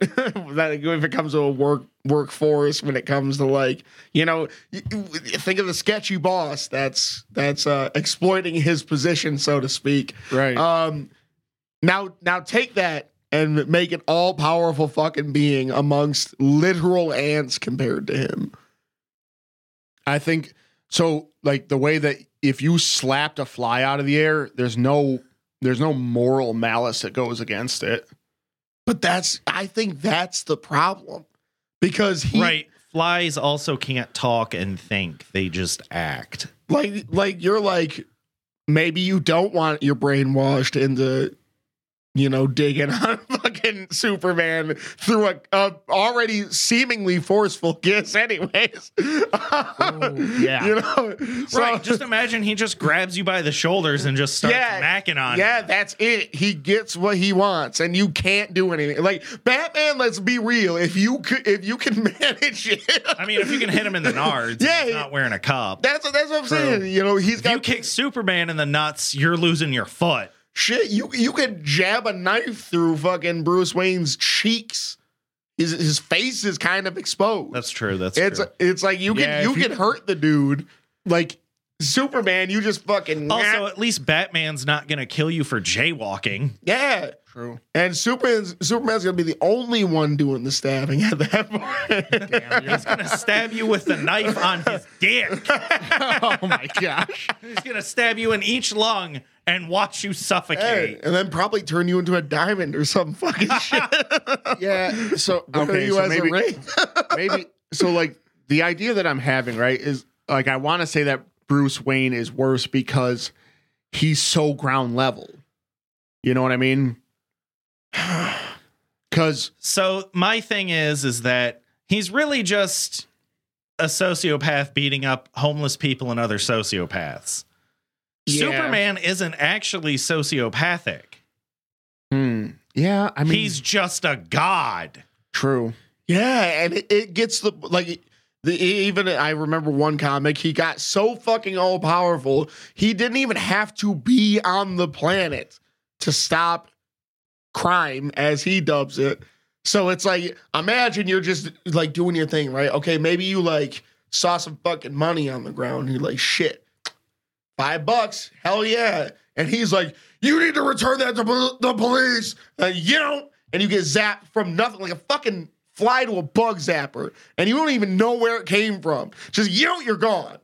that if it comes to a work workforce, when it comes to like you know, you- you- think of the sketchy boss that's that's uh, exploiting his position, so to speak. Right. Um, now, now take that and make an all powerful fucking being amongst literal ants compared to him. I think so. Like the way that if you slapped a fly out of the air, there's no there's no moral malice that goes against it. But that's, I think that's the problem because he, right. Flies also can't talk and think. They just act. like, like you're like, maybe you don't want your brain washed into, you know, digging on fucking Superman through a, a already seemingly forceful kiss, anyways. yeah. you know, So- right. Just imagine he just grabs you by the shoulders and just starts Yeah, macking on Yeah, you. that's it. He gets what he wants, and you can't do anything. Like Batman, let's be real. If you could, if you can manage it, I mean, if you can hit him in the nards, Yeah, yeah, he's not wearing a cup. that's that's what I'm saying. You know, he's If you got kick Superman in the nuts, you're losing your foot. shit. You you could jab a knife through fucking Bruce Wayne's cheeks. His his face is kind of exposed. That's true. That's it's true. it's like you Yeah, can you if you- can hurt the dude like Superman. You just fucking Also, at least Batman's not going to kill you for jaywalking. yeah. True. And Superman's Superman's gonna be the only one doing the stabbing at that point. He's going to stab you with the knife on his dick. oh my gosh. He's going to stab you in each lung and watch you Hey, suffocate. and then probably turn you into a diamond or some fucking shit. Yeah. So okay. you so as a maybe, ring. maybe so like the idea that I'm having right is like I want to say that Bruce Wayne is worse because he's so ground level. You know what I mean? Because So my thing is, is that he's really just a sociopath beating up homeless people and other sociopaths. Yeah. Superman isn't actually sociopathic. hmm, yeah, I mean He's just a god. true. Yeah, and it, it gets the like the e, even I remember one comic. He got so fucking all powerful, he didn't even have to be on the planet to stop crime, as he dubs it. So it's like imagine you're just like doing your thing, right? Okay, maybe you like saw some fucking money on the ground. And you're like, shit, five bucks, hell yeah. And he's like, you need to return that to pol- the police. And you don't. And you get zapped from nothing, like a fucking fly to a bug zapper. And you don't even know where it came from. Just, you know, you're gone.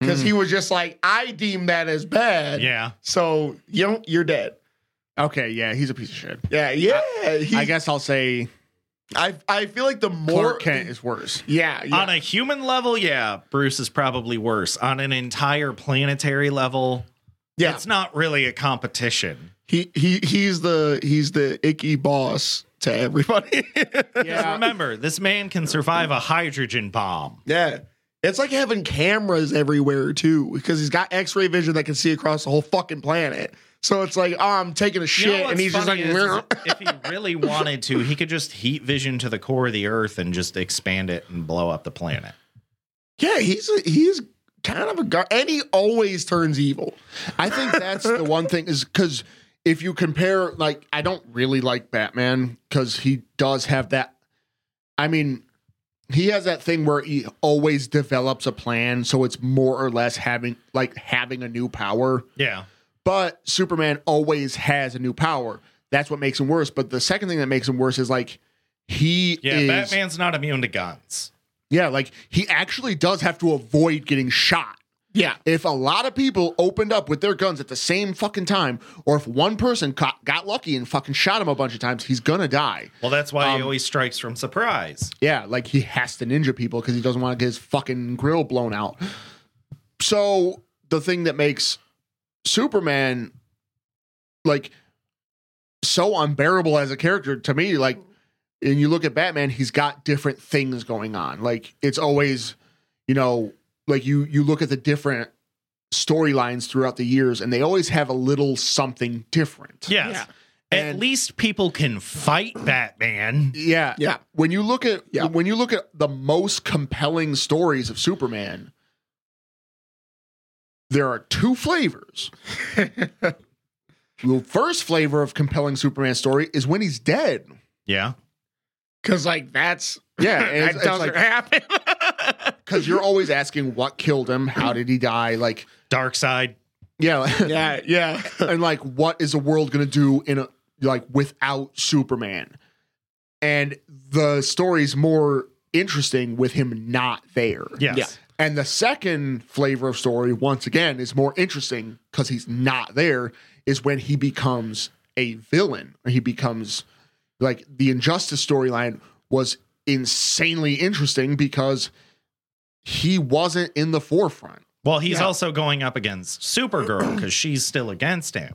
Because he was just like, I deem that as bad. Yeah. So, you don't, you're dead. Okay, yeah, he's a piece of shit. Yeah. Yeah. he- I guess I'll say I, I feel like the more. Clark Kent is worse. Yeah. yeah. On a human level, yeah, Bruce is probably worse. On an entire planetary level, yeah. it's not really a competition. he he he's the he's the icky boss to everybody. Just Uh, remember, this man can survive a hydrogen bomb. yeah. It's like having cameras everywhere too, because he's got X-ray vision that can see across the whole fucking planet. So it's like, oh, I'm taking a You shit, know what's and he's just like, funny is, is if he really wanted to, he could just heat vision to the core of the Earth and just expand it and blow up the planet. yeah, he's a, he's kind of a guy, and he always turns evil. I think that's the one thing is because if you compare, like, I don't really like Batman because he does have that. I mean, he has that thing where he always develops a plan, so it's more or less having like having a new power. Yeah. But Superman always has a new power. That's what makes him worse. But the second thing that makes him worse is like he Yeah. is Batman's not immune to guns. yeah like he actually does have to avoid getting shot. Yeah, If a lot of people opened up with their guns at the same fucking time, or if one person co- got lucky and fucking shot him a bunch of times, he's gonna die. Well, that's why Um, he always strikes from surprise. Yeah, like he has to ninja people because he doesn't want to get his fucking grill blown out. So the thing that makes Superman like so unbearable as a character to me, like, and you look at Batman, he's got different things going on. Like it's always, you know, like you you look at the different storylines throughout the years, and they always have a little something different. Yes. At least people can fight Batman. Yeah. Yeah. When you look at Yeah. when you look at the most compelling stories of Superman, there are two flavors. the first flavor of compelling Superman story is when he's dead. Yeah. Because like that's Yeah, and that it's, it's doesn't like happen. because you're always asking what killed him, how did he die, like Dark side. yeah, yeah, yeah. and like what is the world gonna do in a like without Superman? And the story's more interesting with him not there. Yes. Yeah. And the second flavor of story, once again, is more interesting because he's not there, is when he becomes a villain. Or he becomes like the injustice storyline was insanely interesting because he wasn't in the forefront. Well, he's Yeah. also going up against Supergirl because she's still against him.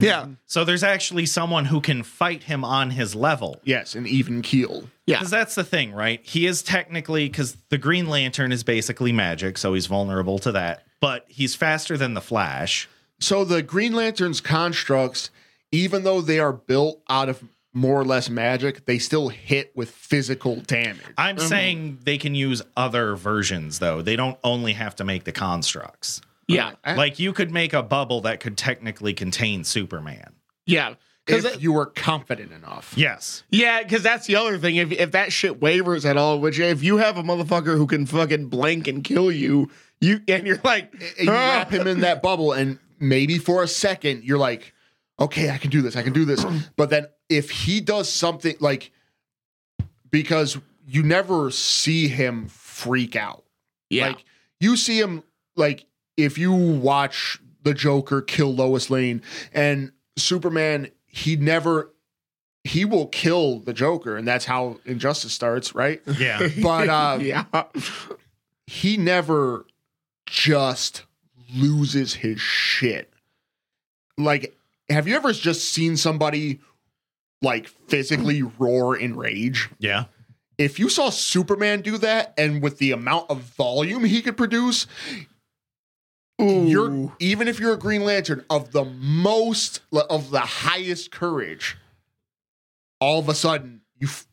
Yeah. So there's actually someone who can fight him on his level. Yes, an even keel. Yeah. Because that's the thing, right? He is technically, because the Green Lantern is basically magic, so he's vulnerable to that, but he's faster than the Flash. So the Green Lantern's constructs, even though they are built out of more or less magic, they still hit with physical damage. I'm saying they can use other versions, though. They don't only have to make the constructs. Yeah. I- Like, you could make a bubble that could technically contain Superman. Yeah. Because if you were confident enough. Yes. yeah, because that's the other thing. If if that shit wavers at all, which if you have a motherfucker who can fucking blank and kill you, you and you're like, and you "Ah." wrap him in that bubble and maybe for a second you're like okay i can do this i can do this but then if he does something like because you never see him freak out yeah, like you see him like if you watch the Joker kill Lois Lane and Superman, he never he will kill the Joker, and that's how injustice starts, right? Yeah. But uh, yeah, he never just loses his shit. Like, have you ever just seen somebody like physically roar in rage? yeah. if you saw Superman do that and with the amount of volume he could produce, you're Ooh. even if you're a Green Lantern of the most of the highest courage, all of a sudden you f-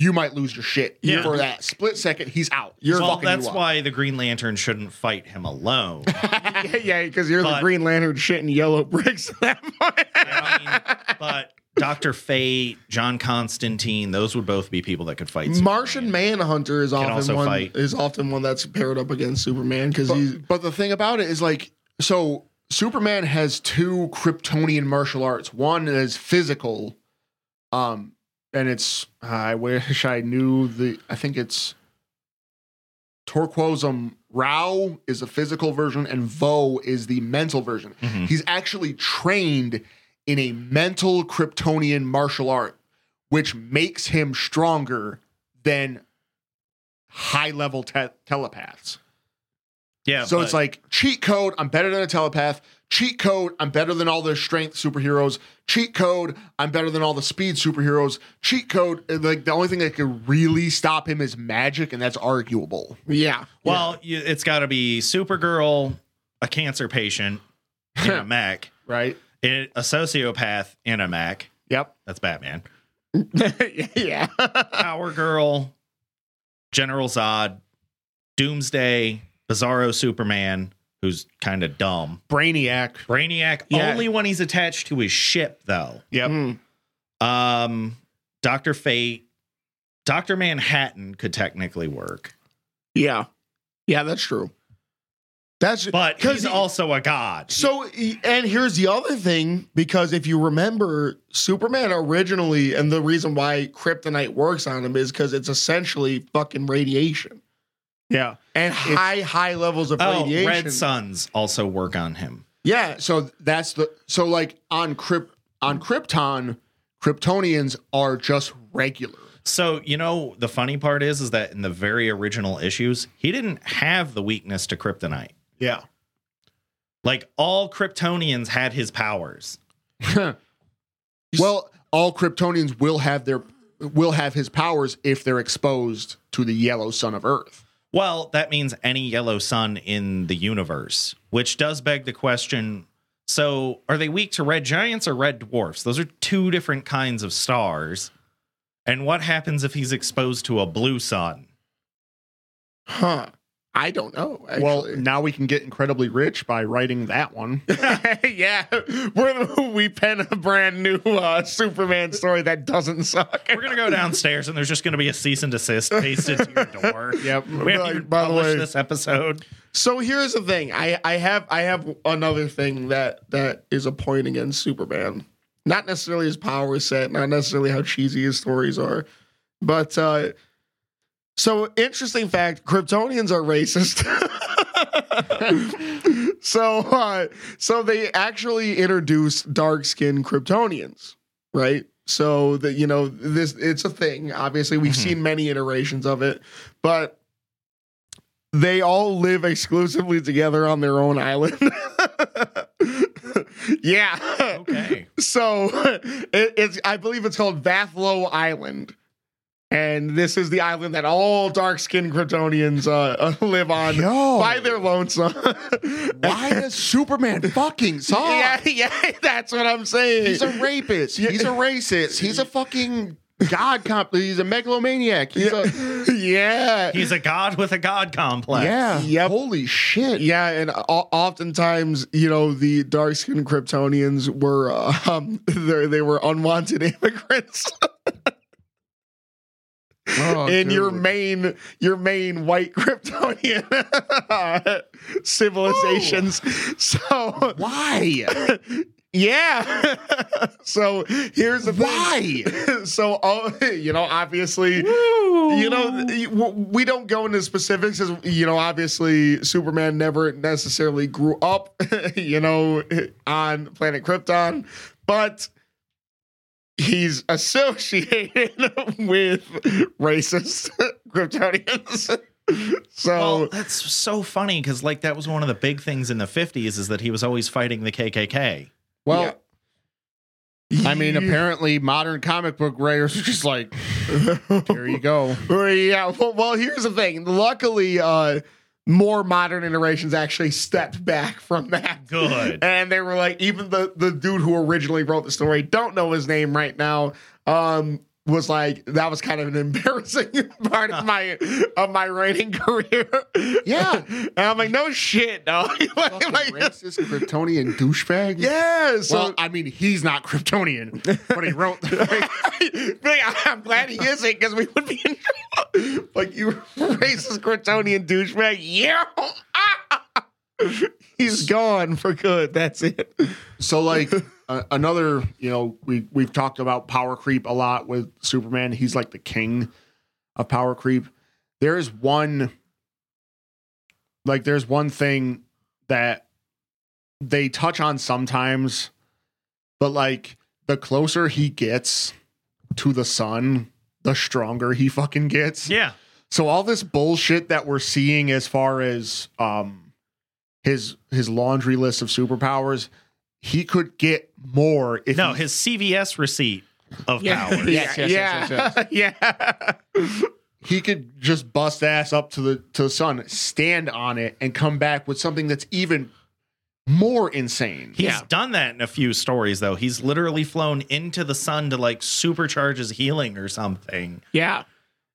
you might lose your shit Yeah. for that split second. He's out. You're well, fucking you that's up. why the Green Lantern shouldn't fight him alone. yeah, because you're But- the Green Lantern shitting yellow bricks. at that point. I mean, but Dr. Fate, John Constantine, those would both be people that could fight Superman. Martian Manhunter is also often one fight. is often one that's paired up against Superman because he's But, but the thing about it is like so Superman has two Kryptonian martial arts. One is physical, um, and it's I wish I knew the I think it's Torquosum Rao is the physical version and Vo is the mental version. Mhm. He's actually trained in a mental Kryptonian martial art, which makes him stronger than high level te- telepaths. Yeah. So it's but- like cheat code. I'm better than a telepath. Cheat code. I'm better than all the strength superheroes. Cheat code. I'm better than all the speed superheroes. Cheat code. and, Like the only thing that could really stop him is magic, and that's arguable. yeah. well, you, it's got to be Supergirl, a cancer patient, in a mech, Right. it, a sociopath in a mech. Yep. That's Batman. yeah. Power Girl, General Zod, Doomsday, Bizarro Superman, who's kind of dumb. Brainiac. Brainiac, Yeah. only when he's attached to his ship, though. Yep. Mm. Um, Doctor Fate, Doctor Manhattan could technically work, Yeah. Yeah, that's true. That's but he's he- also a god. So, he- and here's the other thing because if you remember, Superman originally, and the reason why kryptonite works on him is because it's essentially fucking radiation Yeah. and high, high levels of Oh, radiation. Red Suns also work on him. Yeah. So that's the so like on Kryp on Krypton, Kryptonians are just regular. So you know the funny part is, is that in the very original issues, he didn't have the weakness to kryptonite. Yeah. Like all Kryptonians had his powers. well, all Kryptonians will have their will have his powers if they're exposed to the yellow sun of Earth. Well, that means any yellow sun in the universe, which does beg the question. So are they weak to red giants or red dwarfs? Those are two different kinds of stars. And what happens if he's exposed to a blue sun? Huh. I don't know. Well, Actually. now we can get incredibly rich by writing that one. yeah, we're, we pen a brand new uh, Superman story that doesn't suck. We're gonna go downstairs and there's just gonna be a cease and desist pasted to your door. Yep. We haven't Like, even by the published way- this episode. So here's the thing. I, I have I have another thing that that is a point against Superman. Not necessarily his power set, not necessarily how cheesy his stories are, but uh, so interesting fact: Kryptonians are racist. so uh, so they actually introduced dark skinned Kryptonians, right? So that you know this it's a thing. Obviously, we've Mhm. seen many iterations of it, but they all live exclusively together on their own island. yeah. Okay. So it, it's I believe it's called Vathlo Island. And this is the island that all dark-skinned Kryptonians uh, uh, live on Yo. by their lonesome. Why does Superman fucking suck? yeah, yeah, that's what I'm saying. He's a rapist. He's a racist. He's a fucking god comp. He's a megalomaniac. He's yeah. yeah. He's a god with a god a complex. yeah. Yep. Holy shit. Yeah, and o- oftentimes, you know, the dark skinned Kryptonians were uh, um, they they were unwanted immigrants Oh, in your dude. main your main white Kryptonian civilizations. So Why? yeah, so here's the Why? thing. So oh, you know, obviously. you know th- w- we don't go into specifics as you know obviously superman never necessarily grew up you know on planet krypton but he's associated with racist kryptonians so Well, that's so funny because like that was one of the big things in the 50s is that he was always fighting the KKK. Well, Yeah. I mean, apparently modern comic book writers are just like, here you go. Well, yeah. Well, well, here's the thing. Luckily, uh, more modern iterations actually stepped back from that. Good. And they were like, even the the dude who originally wrote the story, don't know his name right now. Um, was like that was kind of an embarrassing part of my of my writing career. Yeah. and I'm like, no shit, dog. Like- Fucking like- racist Kryptonian douchebag. yeah. So well, I mean, he's not Kryptonian, but he wrote. Like, I'm glad he isn't because we would be in trouble. Like you racist Kryptonian douchebag. Yeah. He's gone for good. That's it. so, like uh, another, you know, we we've talked about power creep a lot with Superman. He's like the king of power creep. There is one, like, there's one thing that they touch on sometimes, but like the closer he gets to the sun, the stronger he fucking gets. Yeah. So all this bullshit that we're seeing as far as um his his laundry list of superpowers, he could get more if No, he- his CVS receipt of power. Yes, yes, yeah. yes, yes, yeah. he could just bust ass up to the to the sun, stand on it, and come back with something that's even more insane. He's Yeah. done that in a few stories though. He's literally flown into the sun to like supercharge his healing or something. Yeah.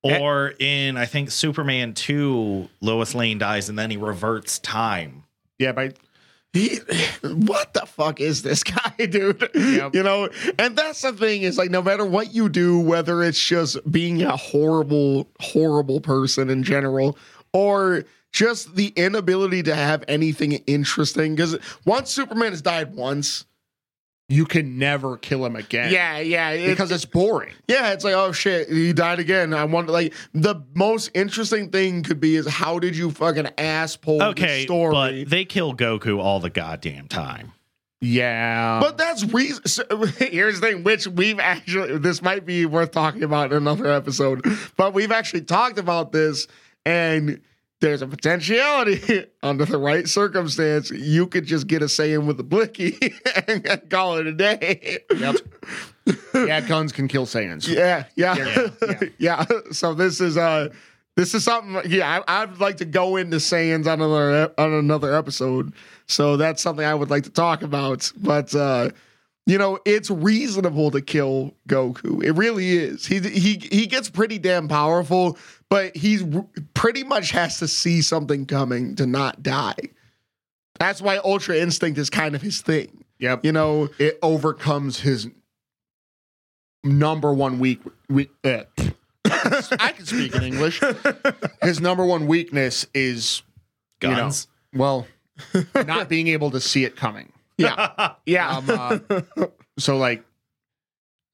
Or in I think Superman 2, Lois Lane dies and then he reverts time. yeah, by He, what the fuck is this guy, dude? Yep. You know, and that's the thing is like, no matter what you do, whether it's just being a horrible, horrible person in general, or just the inability to have anything interesting, because once Superman has died once, you can never kill him again. yeah, Because it's boring. yeah, it's like, oh shit, he died again. I wonder, like, the most interesting thing could be is how did you fucking ass pull Okay, the story? but they kill Goku all the goddamn time. Yeah. But that's reason. So, here's the thing, which we've actually this might be worth talking about in another episode, but we've actually talked about this, and there's a potentiality under the right circumstance you could just get a say in with the blicky and, call it a day. yeah, guns can kill Saiyans. Yeah, yeah, yeah, Yeah, So this is uh This is something. Yeah, I, I'd like to go into Saiyans on another on another episode. So that's something I would like to talk about. But uh, you know, it's reasonable to kill Goku. It really is. He he he gets pretty damn powerful, but he's r- pretty much has to see something coming to not die. That's why Ultra Instinct is kind of his thing. Yep. You know, It overcomes his number one weak. we- eh. I can speak in English. His number one weakness is Guns. You know, well, not being able to see it coming. yeah, yeah. Um, uh, so like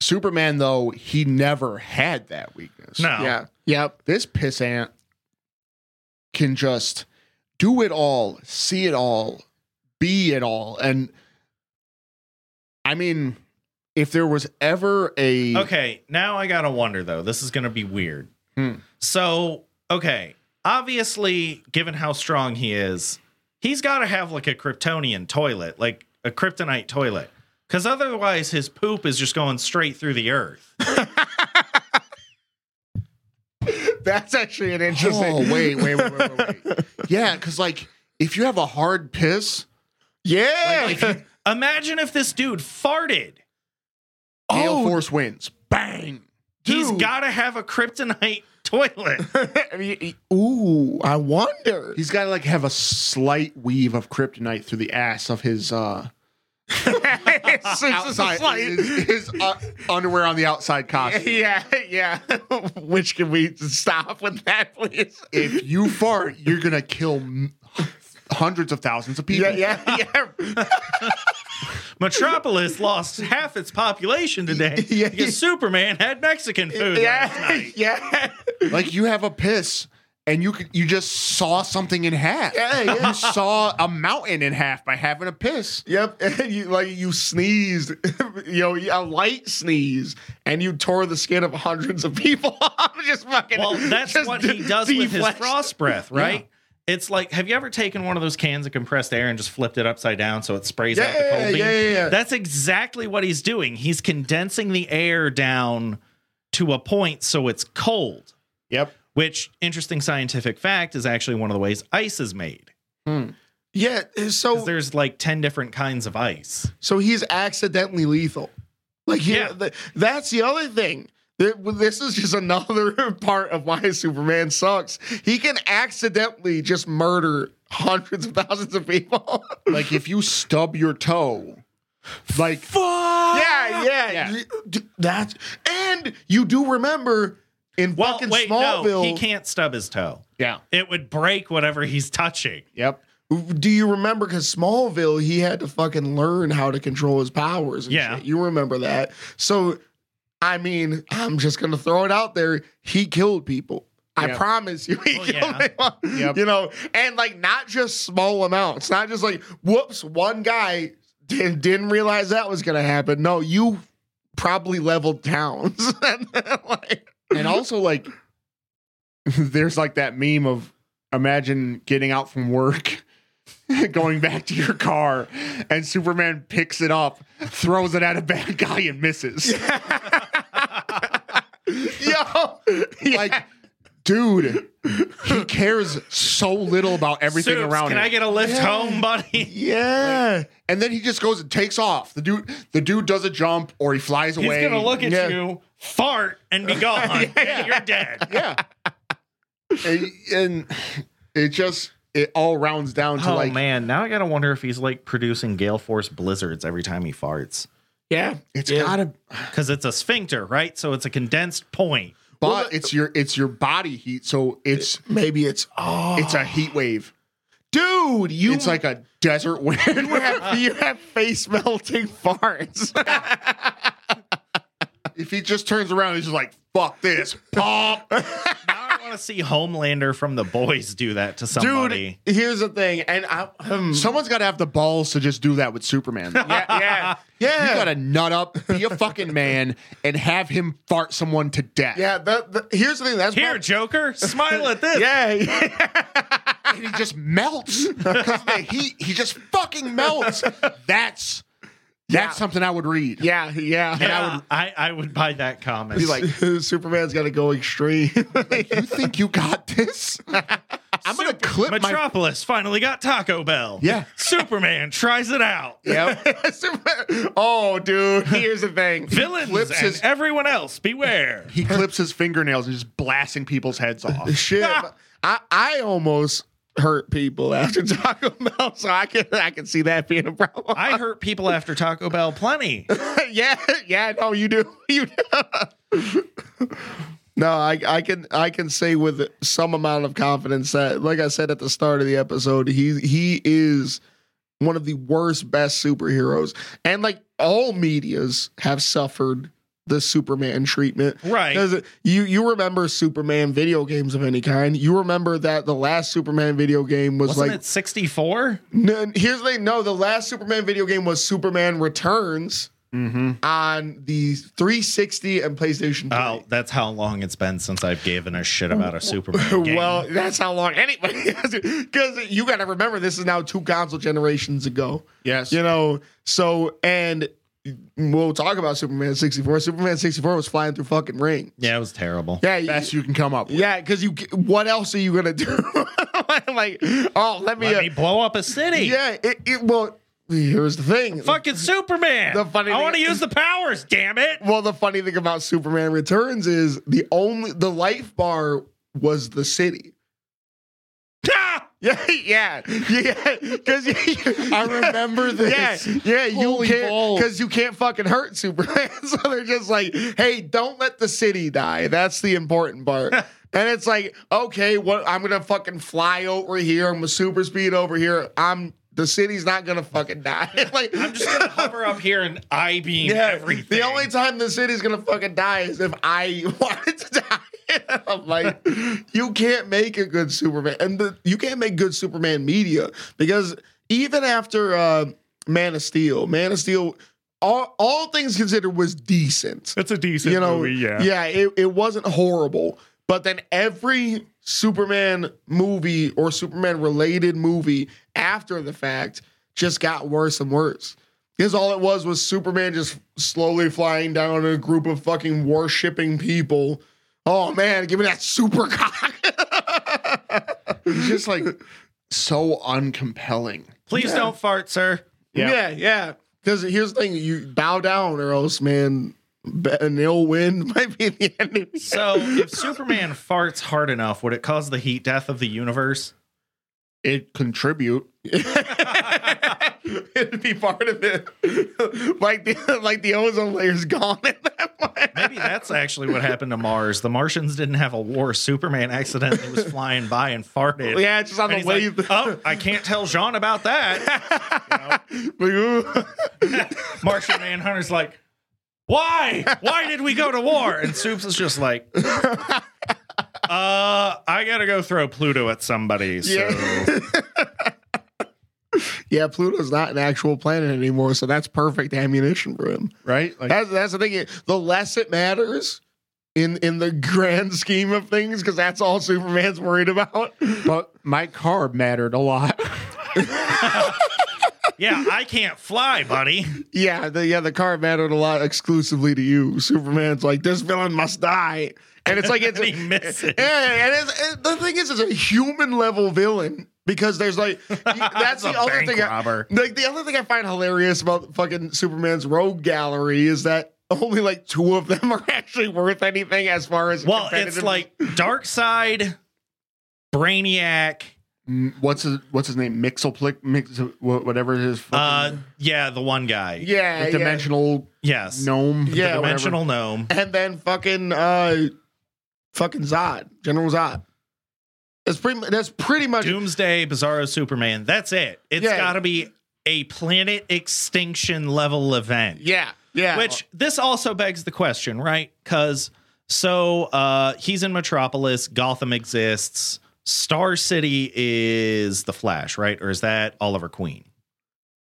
Superman though he never had that weakness. no. Yeah. Yep. This pissant can just do it all, see it all, be it all, and I mean, if there was ever a Okay, now I gotta wonder though. This is gonna be weird. Hmm. So, okay, obviously, given how strong he is, he's gotta have like a Kryptonian toilet, like a kryptonite toilet, because otherwise his poop is just going straight through the earth. That's actually an oh interesting. wait, wait, wait, wait, wait, wait. yeah, because like if you have a hard piss, Yeah. like, if you, Imagine if this dude farted. Gale Oh. Force wins, bang. He's Dude. gotta have a kryptonite toilet. I mean, ooh, I wonder. He's got to like have a slight weave of kryptonite through the ass of his uh It's just outside like- his, his uh, underwear on the outside costume. yeah, yeah. Which can we stop with that, please? If you fart, you're gonna kill m- hundreds of thousands of people. Yeah, yeah, yeah. Metropolis lost half its population today Yeah. because Superman had Mexican food. last yeah, night. yeah. Like you have a piss. And you could, you just saw something in half. Yeah, yeah. You saw a mountain in half by having a piss. Yep, and you like you sneezed, you know, a light sneeze, and you tore the skin of hundreds of people off. just fucking. Well, that's just what he does with his defleshed. frost breath, right? It's like, have you ever taken one of those cans of compressed air and just flipped it upside down so it sprays out the Yeah, cold beam? yeah, yeah, yeah. That's exactly what he's doing. He's condensing the air down to a point so it's cold, Yep. which, interesting scientific fact, is actually one of the ways ice is made. Yeah, so 'Cause There's like 10 different kinds of ice. So he's accidentally lethal. Like yeah, Yeah. th- that's the other thing. Th- This is just another part of why Superman sucks. He can accidentally just murder hundreds of thousands of people. Like if you stub your toe, like yeah, yeah, Yeah. You- d- That's and you do remember in Well, fucking wait, no, he Smallville. can't stub his toe. yeah, It would break whatever he's touching. yep. do you remember? Because Smallville, he had to fucking learn how to control his powers. And Yeah. shit. you remember that. So I mean, I'm just gonna throw it out there. He killed people. I Yeah. promise you, he Well, killed yeah. people. Yep. You know, and like not just small amounts, not just like whoops, one guy didn't, didn't realize that was gonna happen. No, you probably leveled towns. Like, and also like there's like that meme of imagine getting out from work going back to your car and superman picks it up throws it at a bad guy and misses yo, like dude he cares so little about everything Soups, around can him I get a lift home, buddy? yeah. and then he just goes and takes off the dude the dude does a jump or he flies He's away gonna look at Yeah. you, fart, and be gone. And you're dead. yeah and, and it just it all rounds down to Oh like man, now I gotta wonder if he's like producing gale force blizzards every time he farts. Yeah. it's Yeah. gotta Because it's a sphincter, right? So it's a condensed point. but Well, the- it's your it's your body heat so it's Maybe it's oh it's a heat wave dude, you it's like a desert you wind have, you have face melting farts. if he just turns around he's just like fuck this pop Now I wanna see Homelander from the boys do that to somebody. Dude, here's the thing, and I um, someone's got to have the balls to just do that with superman though. yeah, yeah, you yeah. gotta nut up be a fucking man and have him fart someone to death yeah, the, the, here's the thing. That's Here, Joker, smile at this. prob- yeah, yeah, and he just melts because of the heat he just fucking melts that's That's something I would read. Yeah, yeah. And I would, I, I would buy that comment. be like, Superman's got to go extreme. You think you got this? I'm gonna clip my. Metropolis finally got Taco Bell. Yeah. Superman tries it out. Yep. Superman. Oh, dude. Here's the thing. Villains Flips and his- everyone else, beware. He clips his fingernails and just blasting people's heads off. Shit. I, I almost hurt people after Taco Bell, so I can I can see that being a problem. I hurt people after Taco Bell plenty. yeah, yeah, no, you do. You do. No, I, I can I can say with some amount of confidence that, like I said at the start of the episode, he he is one of the worst best superheroes, and like all media's have suffered the Superman treatment. Right. 'Cause you you remember Superman video games of any kind? You remember that the last Superman video game was Wasn't like it 64? no, here's the thing. No, the last Superman video game was Superman Returns Mm-hmm. on the 360 and PlayStation 3. Oh, that's how long it's been since I've given a shit about a Superman game. Well, that's how long anybody has it. Because you got to remember, this is now two console generations ago. Yes. You know, so, and we'll talk about Superman 64. Superman 64 was flying through fucking ring. yeah, it was terrible. Yeah. you- Best you can come up with. yeah, because you, what else are you going to do? like, oh, let me, Let uh, me blow up a city. yeah, it, it, well, here's the thing. Fucking Superman. The funny I thing- want to use the powers, damn it. Well, the funny thing about Superman Returns is the only the life bar was the city. Ah! Yeah, yeah, yeah. Because I remember this. Yeah, yeah. You Holy can't balls. because you can't fucking hurt Superman. so they're just like, hey, don't let the city die. That's the important part. and it's like, okay, what? I'm gonna fucking fly over here. I'm gonna super speed over here. I'm the city's not gonna fucking die. like I'm just going to hover up here and I beam everything. the only time the city's gonna fucking die is if I wanted to die. I'm like, you can't make a good Superman, and the, you can't make good Superman media because even after uh, Man of Steel, Man of Steel, all, all things considered, was decent. It's a decent you know, movie. Yeah. yeah, it, it wasn't horrible. But then every Superman movie or Superman related movie after the fact just got worse and worse. Because all it was was Superman just slowly flying down a group of fucking worshipping people. Oh man, give me that super cock. He's just like so uncompelling. Please don't fart, sir. Yeah, yeah. Because here's the thing you bow down or else, man, an ill wind might be the end of you. So, if Superman farts hard enough, would it cause the heat death of the universe? It contribute. It'd be part of it. like the like the ozone layer's gone at that point. Maybe that's actually what happened to Mars. The Martians didn't have a war. Superman accidentally was flying by and farted. Yeah, it's just on And the he's like, wave. oh, I can't tell Jean about that. Like, ooh. Martian Manhunter's like, why? Why did we go to war? And Soups is just like, uh, I gotta go throw Pluto at somebody. So Yeah. yeah, Pluto's not an actual planet anymore, so that's perfect ammunition for him. Right? Like That's that's the thing. The less it matters in in the grand scheme of things, because that's all Superman's worried about. but my car mattered a lot. yeah, I can't fly, buddy. Yeah, the yeah, the car mattered a lot exclusively to you. Superman's like, this villain must die. And it's like it's And he misses. Yeah, and it's, it- the thing is, it's a human level villain because there's like that's It's a the other bank thing. I- robber. like the other thing I find hilarious about fucking Superman's rogue gallery is that only like two of them are actually worth anything as far as Well, it's competitive- like Dark Side, Brainiac, M- what's his what's his name? Mixelplick mix wha- whatever his uh, fucking yeah, the one guy. yeah, yeah. dimensional Yes. gnome. Yeah, whatever. Dimensional gnome. and then fucking uh fucking Zod, General Zod. That's pretty. That's pretty much. Doomsday, Bizarro Superman. That's it. It's Yeah. got to be a planet extinction level event. Yeah, yeah. Which this also begs the question, right? Because so uh, he's in Metropolis, Gotham exists, Star City is the Flash, right? Or is that Oliver Queen?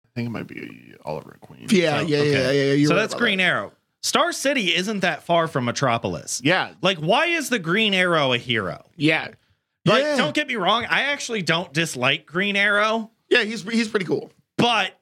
I think it might be Oliver Queen. yeah, So, yeah, okay. yeah, yeah, yeah. you're so right that's about Green Arrow. Star City isn't that far from Metropolis. Yeah. Like, why is the Green Arrow a hero? that. Yeah, Like, yeah. don't get me wrong, I actually don't dislike Green Arrow. yeah. He's he's pretty cool. but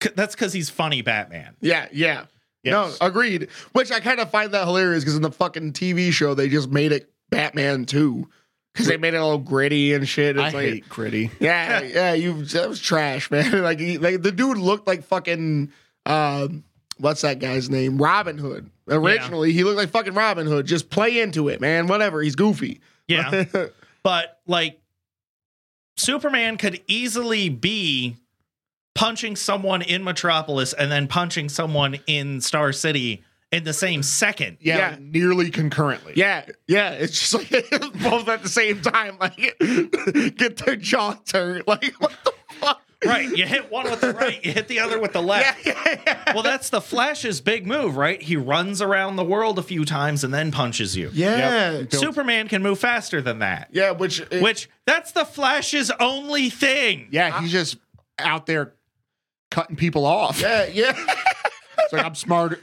c- that's because he's funny Batman. Yeah, yeah. Yes. No, agreed. Which I kind of find that hilarious because in the fucking TV show they just made it Batman 2 because they made it all gritty and shit. It's I like, hate gritty. yeah, yeah, you that was trash, man. like, he, like the dude looked like fucking um, what's that guy's name? Robin Hood. Originally, he looked like fucking Robin Hood. Just play into it, man. Whatever. He's goofy. Yeah. but like Superman could easily be punching someone in Metropolis and then punching someone in Star City in the same second. Yeah, Yeah. nearly concurrently. Yeah, yeah. It's just like both at the same time. Like get their jaw turned. Like what the fuck? Right. You hit one with the right, you hit the other with the Yeah, left. yeah, yeah. Well, that's the Flash's big move, right? He runs around the world a few times and then punches you. Yeah. Don't- Superman can move faster than that. Yeah, which it- Which that's the Flash's only thing. Yeah, he's just out there cutting people off. yeah, yeah. It's like I'm smart.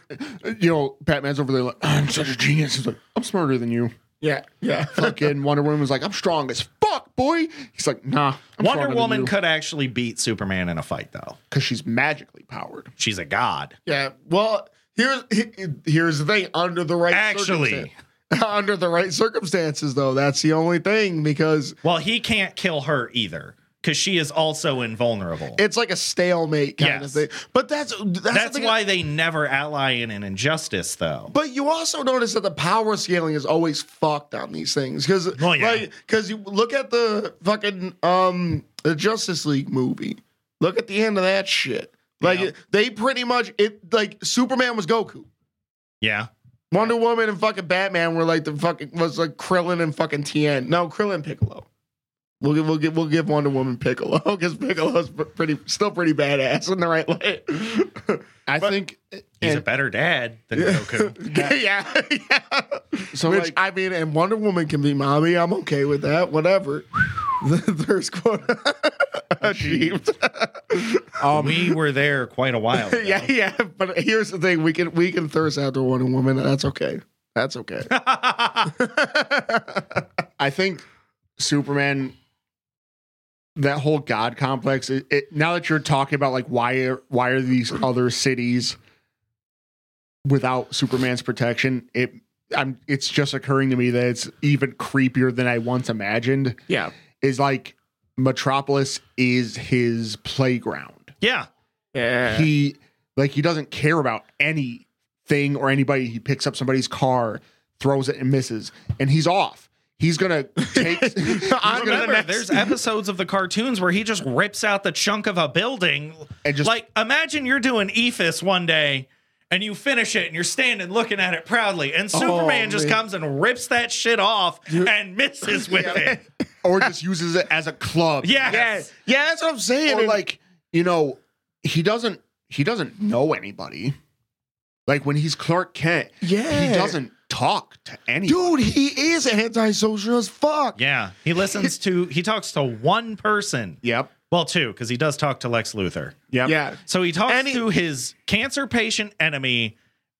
You know, Batman's over there like I'm such a genius. He's like I'm smarter than you. Yeah, yeah. Fucking Wonder Woman was like I'm strong as fuck, boy. He's like Nah. I'm Wonder Woman could actually beat Superman in a fight though. because she's magically powered. She's a god. Yeah. Well, here's he- here's the thing. Under the right Actually. circumstan- under the right circumstances, though, that's the only thing because Well, he can't kill her either because she is also invulnerable. it's like a stalemate kind Yes. of thing. But that's that's, the That's thing- why they never ally in an injustice, though. But you also notice that the power scaling is always fucked on these things because Well, Oh, yeah. like because you look at the fucking um the Justice League movie. Look at the end of that shit. Like Yeah. they pretty much it like Superman was Goku. Yeah. Wonder Woman and fucking Batman were like the fucking was like Krillin and fucking Tien. No, Krillin Piccolo. We'll give we'll give we'll give Wonder Woman Piccolo because Piccolo's pr- pretty still pretty badass in the right way. I think. He's a and better dad than Goku. yeah, yeah. So, Which like- I mean, and Wonder Woman can be mommy. I'm okay with that. Whatever. There's quota achieved. Um, we were there quite a while. Ago. yeah, yeah. But here's the thing: we can we can thirst after Wonder Woman. and That's okay. That's okay. I think Superman. That whole god complex. It, it, now that you're talking about like why are why are these other cities without Superman's protection? It I'm it's just occurring to me that it's even creepier than I once imagined. yeah. Is like Metropolis is his playground. Yeah. Yeah. he like he doesn't care about anything or anybody. He picks up somebody's car, throws it and misses, and he's off. He's gonna take. I'm Remember, there's episodes of the cartoons where he just rips out the chunk of a building. And just- like, imagine you're doing Ephus one day and you finish it and you're standing looking at it proudly, Oh, and Superman just man. comes and rips that shit off and misses with it. or just uses it as a club. Yes. Yeah, that's what I'm saying. Or And- like you know, he doesn't. He doesn't know anybody. Like when he's Clark Kent, Yeah. he doesn't talk to anyone. dude, he is antisocial as fuck. Yeah, he listens to he talks to one person. Yep. Well, two because he does talk to Lex Luthor. Yep. Yeah. So he talks And he- to his cancer patient enemy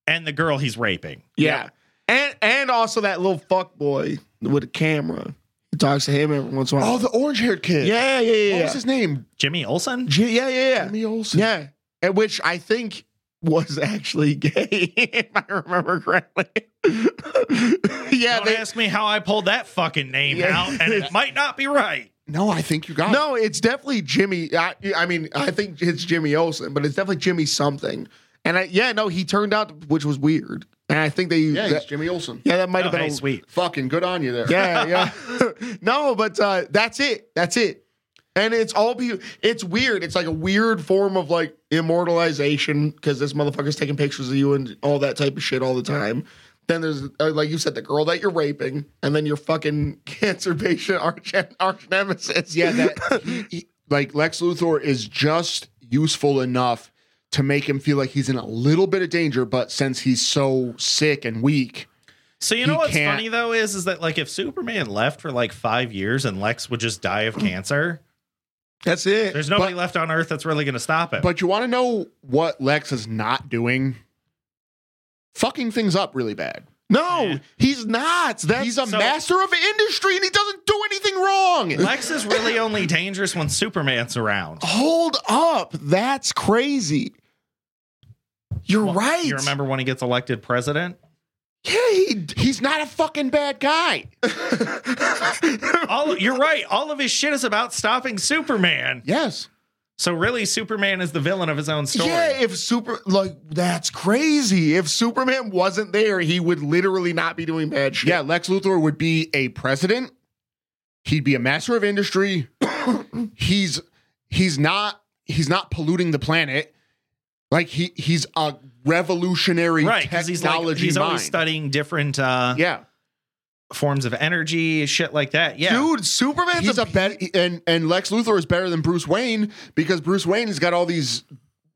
and the girl he's raping. Yeah. And and also that little fuck boy with a camera. He talks to him every once in a while. Oh, the Oh, orange-haired kid. yeah, yeah, yeah. What yeah. was his name? Jimmy Olsen. G- yeah, yeah, yeah. Jimmy Olsen. yeah. And which I think was actually gay, if I remember correctly. yeah, Don't they, ask me how I pulled that fucking name Yeah. out, and it might not be right. No, I think you got. it. No, it's definitely Jimmy. I, I mean, I think it's Jimmy Olsen, but it's definitely Jimmy something. And I, yeah, no, he turned out, which was weird. And I think they, Yeah, that- it's Jimmy Olsen. yeah, that might Oh, have been hey, a- sweet. Fucking good on you there. Yeah, yeah. no, but uh, that's it. That's it. And it's all be it's weird. It's like a weird form of like immortalization because this motherfucker's taking pictures of you and all that type of shit all the time. Then there's uh, like you said, the girl that you're raping, and then your fucking cancer patient arch, arch nemesis. yeah, that he, he- like Lex Luthor is just useful enough to make him feel like he's in a little bit of danger, but since he's so sick and weak, So you He know what's can't- funny though is is that like if Superman left for like five years and Lex would just die of cancer, that's it. there's nobody left on Earth that's really going to stop him. but you want to know what Lex is not doing? Fucking things up really bad. No, Yeah. he's not. That's he's a so- master of industry and he doesn't do anything wrong. Lex is really only dangerous when Superman's around. hold up. That's crazy. You're Well, Oh, right. You remember when he gets elected president? Yeah, he, he's not a fucking bad guy. All you're right. All of his shit is about stopping Superman. Yes. So really, Superman is the villain of his own story. Yeah, if super like that's crazy. If Superman wasn't there, he would literally not be doing bad shit. Yeah, Lex Luthor would be a president. He'd be a master of industry. he's he's not he's not polluting the planet. Like he he's a revolutionary right. Because technology he's like, he's mind. always studying different uh, yeah, forms of energy, shit like that. Yeah. Dude, Superman's he's a better and and Lex Luthor is better than Bruce Wayne because Bruce Wayne has got all these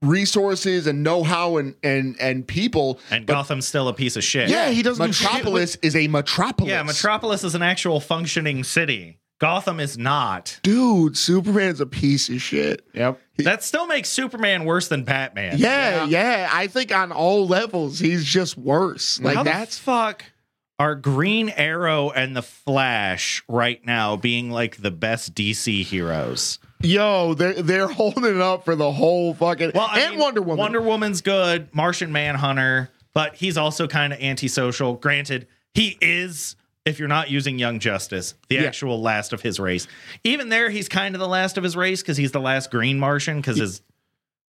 resources and know-how and and and people. and Gotham's still a piece of shit. Yeah, he doesn't do shit Metropolis is a metropolis. Yeah, Metropolis is an actual functioning city. Gotham is not. dude, Superman's a piece of shit. Yep. That still makes Superman worse than Batman. Yeah, yeah, I think on all levels he's just worse. Like How that's the fuck are Green Arrow and the Flash right now being like the best DC heroes? yo, they're they're holding it up for the whole fucking Well, I and mean, Wonder Woman. Wonder Woman's good. Martian Manhunter, but he's also kind of antisocial. Granted, he is. If you're not using Young Justice, the actual last of his race, even there he's kind of the last of his race because he's the last Green Martian because his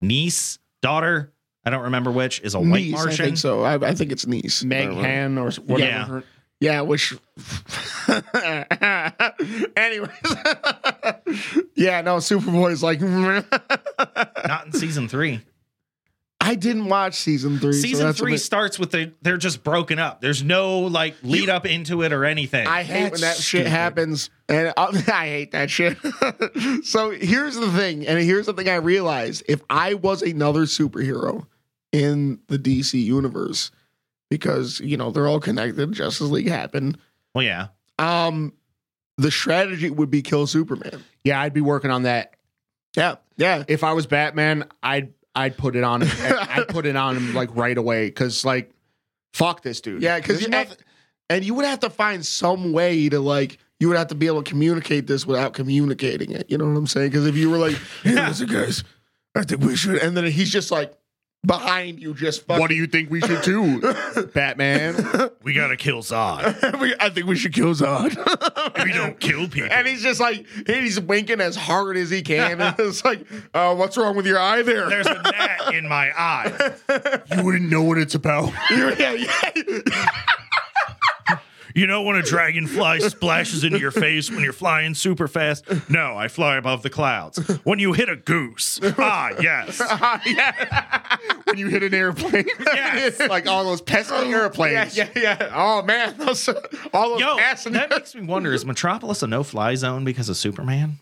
niece, daughter, I don't remember which, is a white Niece, I Martian. think so. I, I think it's niece. Meg Han or whatever. Yeah. her- Yeah, which. Anyways, yeah, no, Superboy's like. Not in season three. I didn't watch season three. so season that's a three bit- starts with they they're just broken up. There's no like lead up into it or anything. I hate when that That's shit stupid. happens, and I, I hate that shit. so here's the thing, and here's the thing I realized: if I was another superhero in the DC universe, because you know they're all connected, Justice League happened. well, yeah, Um, the strategy would be kill Superman. Yeah, I'd be working on that Yeah, yeah. if I was Batman, I'd I'd put it on him. I'd put it on him like right away because like fuck this dude. Yeah, because There's you nothing- and, and you would have to find some way to like you would have to be able to communicate this without communicating it. You know what I'm saying? Because if you were like, "Hey, listen, guys, I think we should," and then he's just like behind you, just fucking. what do you think we should do, Batman? we gotta kill Zod. We- I think we should kill Zod. we don't kill people. and he's just like he's winking as hard as he can. and it's like, uh, what's wrong with your eye there? There's a gnat in my eye. You wouldn't know what it's about. yeah, yeah. You know when a dragonfly splashes into your face when you're flying super fast? No, I fly above the clouds. When you hit a goose. Ah, yes. when you hit an airplane. Yes. like all those pesky yeah, airplanes. yeah, yeah. Oh man, those, all those Yo, passengers. that makes me wonder is Metropolis a no fly zone because of Superman?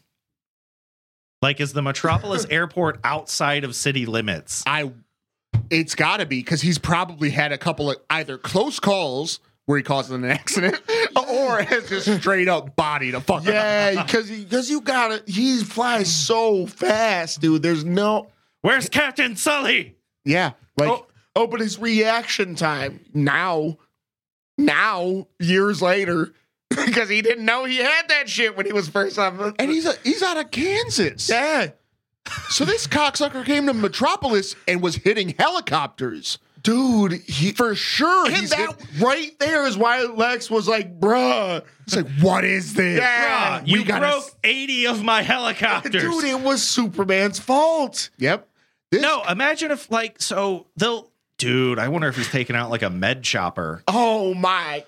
Like, is the Metropolis airport outside of city limits? I. It's got to be because he's probably had a couple of either close calls where he caused an accident, or has just straight up bodied a fucking. Yeah, because because you gotta. He flies so fast, dude. There's no. Where's Captain Sully? yeah. Like oh, oh, but his reaction time now, now years later, because he didn't know he had that shit when he was first on. the- And he's a, he's out of Kansas. yeah, So this cocksucker came to Metropolis and was hitting helicopters. dude. He For sure. and he's that hit- right there is why Lex was like, "Bruh, it's like, what is this? Yeah. Ah, We you gotta broke s- 80 of my helicopters. dude, it was Superman's fault." Yep. This, no, imagine if, like, so they'll. Dude, I wonder if he's taking out like a med chopper. Oh my,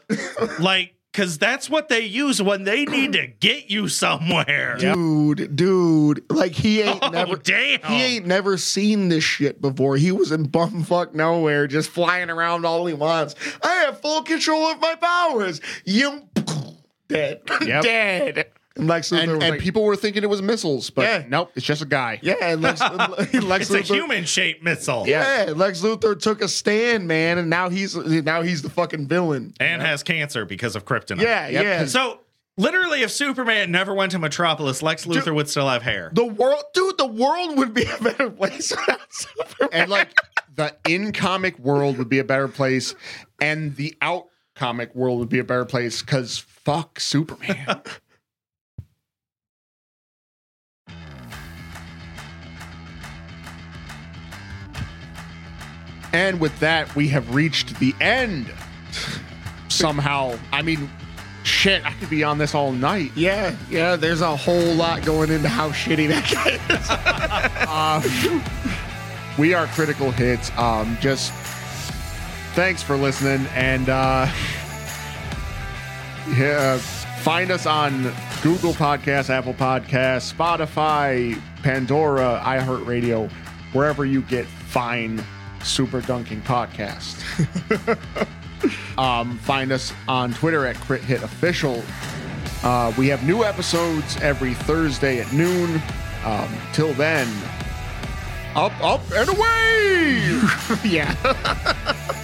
Like, because that's what they use when they need to get you somewhere. dude, dude, like he ain't Oh, never. damn. He ain't never seen this shit before. He was in bumfuck nowhere, just flying around all he wants. I have full control of my powers. You dead, Yep. dead. And Lex Luthor And, was and like, people were thinking it was missiles, but Yeah. nope, it's just a guy. yeah, and Lex, Lex It's a Luthor. human shaped missile. Yeah, Lex Luthor took a stand, man, and now he's now he's the fucking villain. And has cancer because of kryptonite. Yeah, Yep. yeah. So literally, if Superman never went to Metropolis, Lex Luthor would still have hair. the world, dude, the world would be a better place without Superman. And like the in comic world would be a better place, and the out comic world would be a better place because fuck Superman. And with that, we have reached the end. Somehow, I mean, shit, I could be on this all night. Yeah, yeah. There's a whole lot going into how shitty that guy is. Uh, we are critical hits um just thanks for listening and uh yeah find us on google podcast apple Podcasts, spotify pandora iheartradio wherever you get fine super dunking podcast um find us on twitter at crit hit official uh, we have new episodes every thursday at noon um, till then up, up, and away! yeah.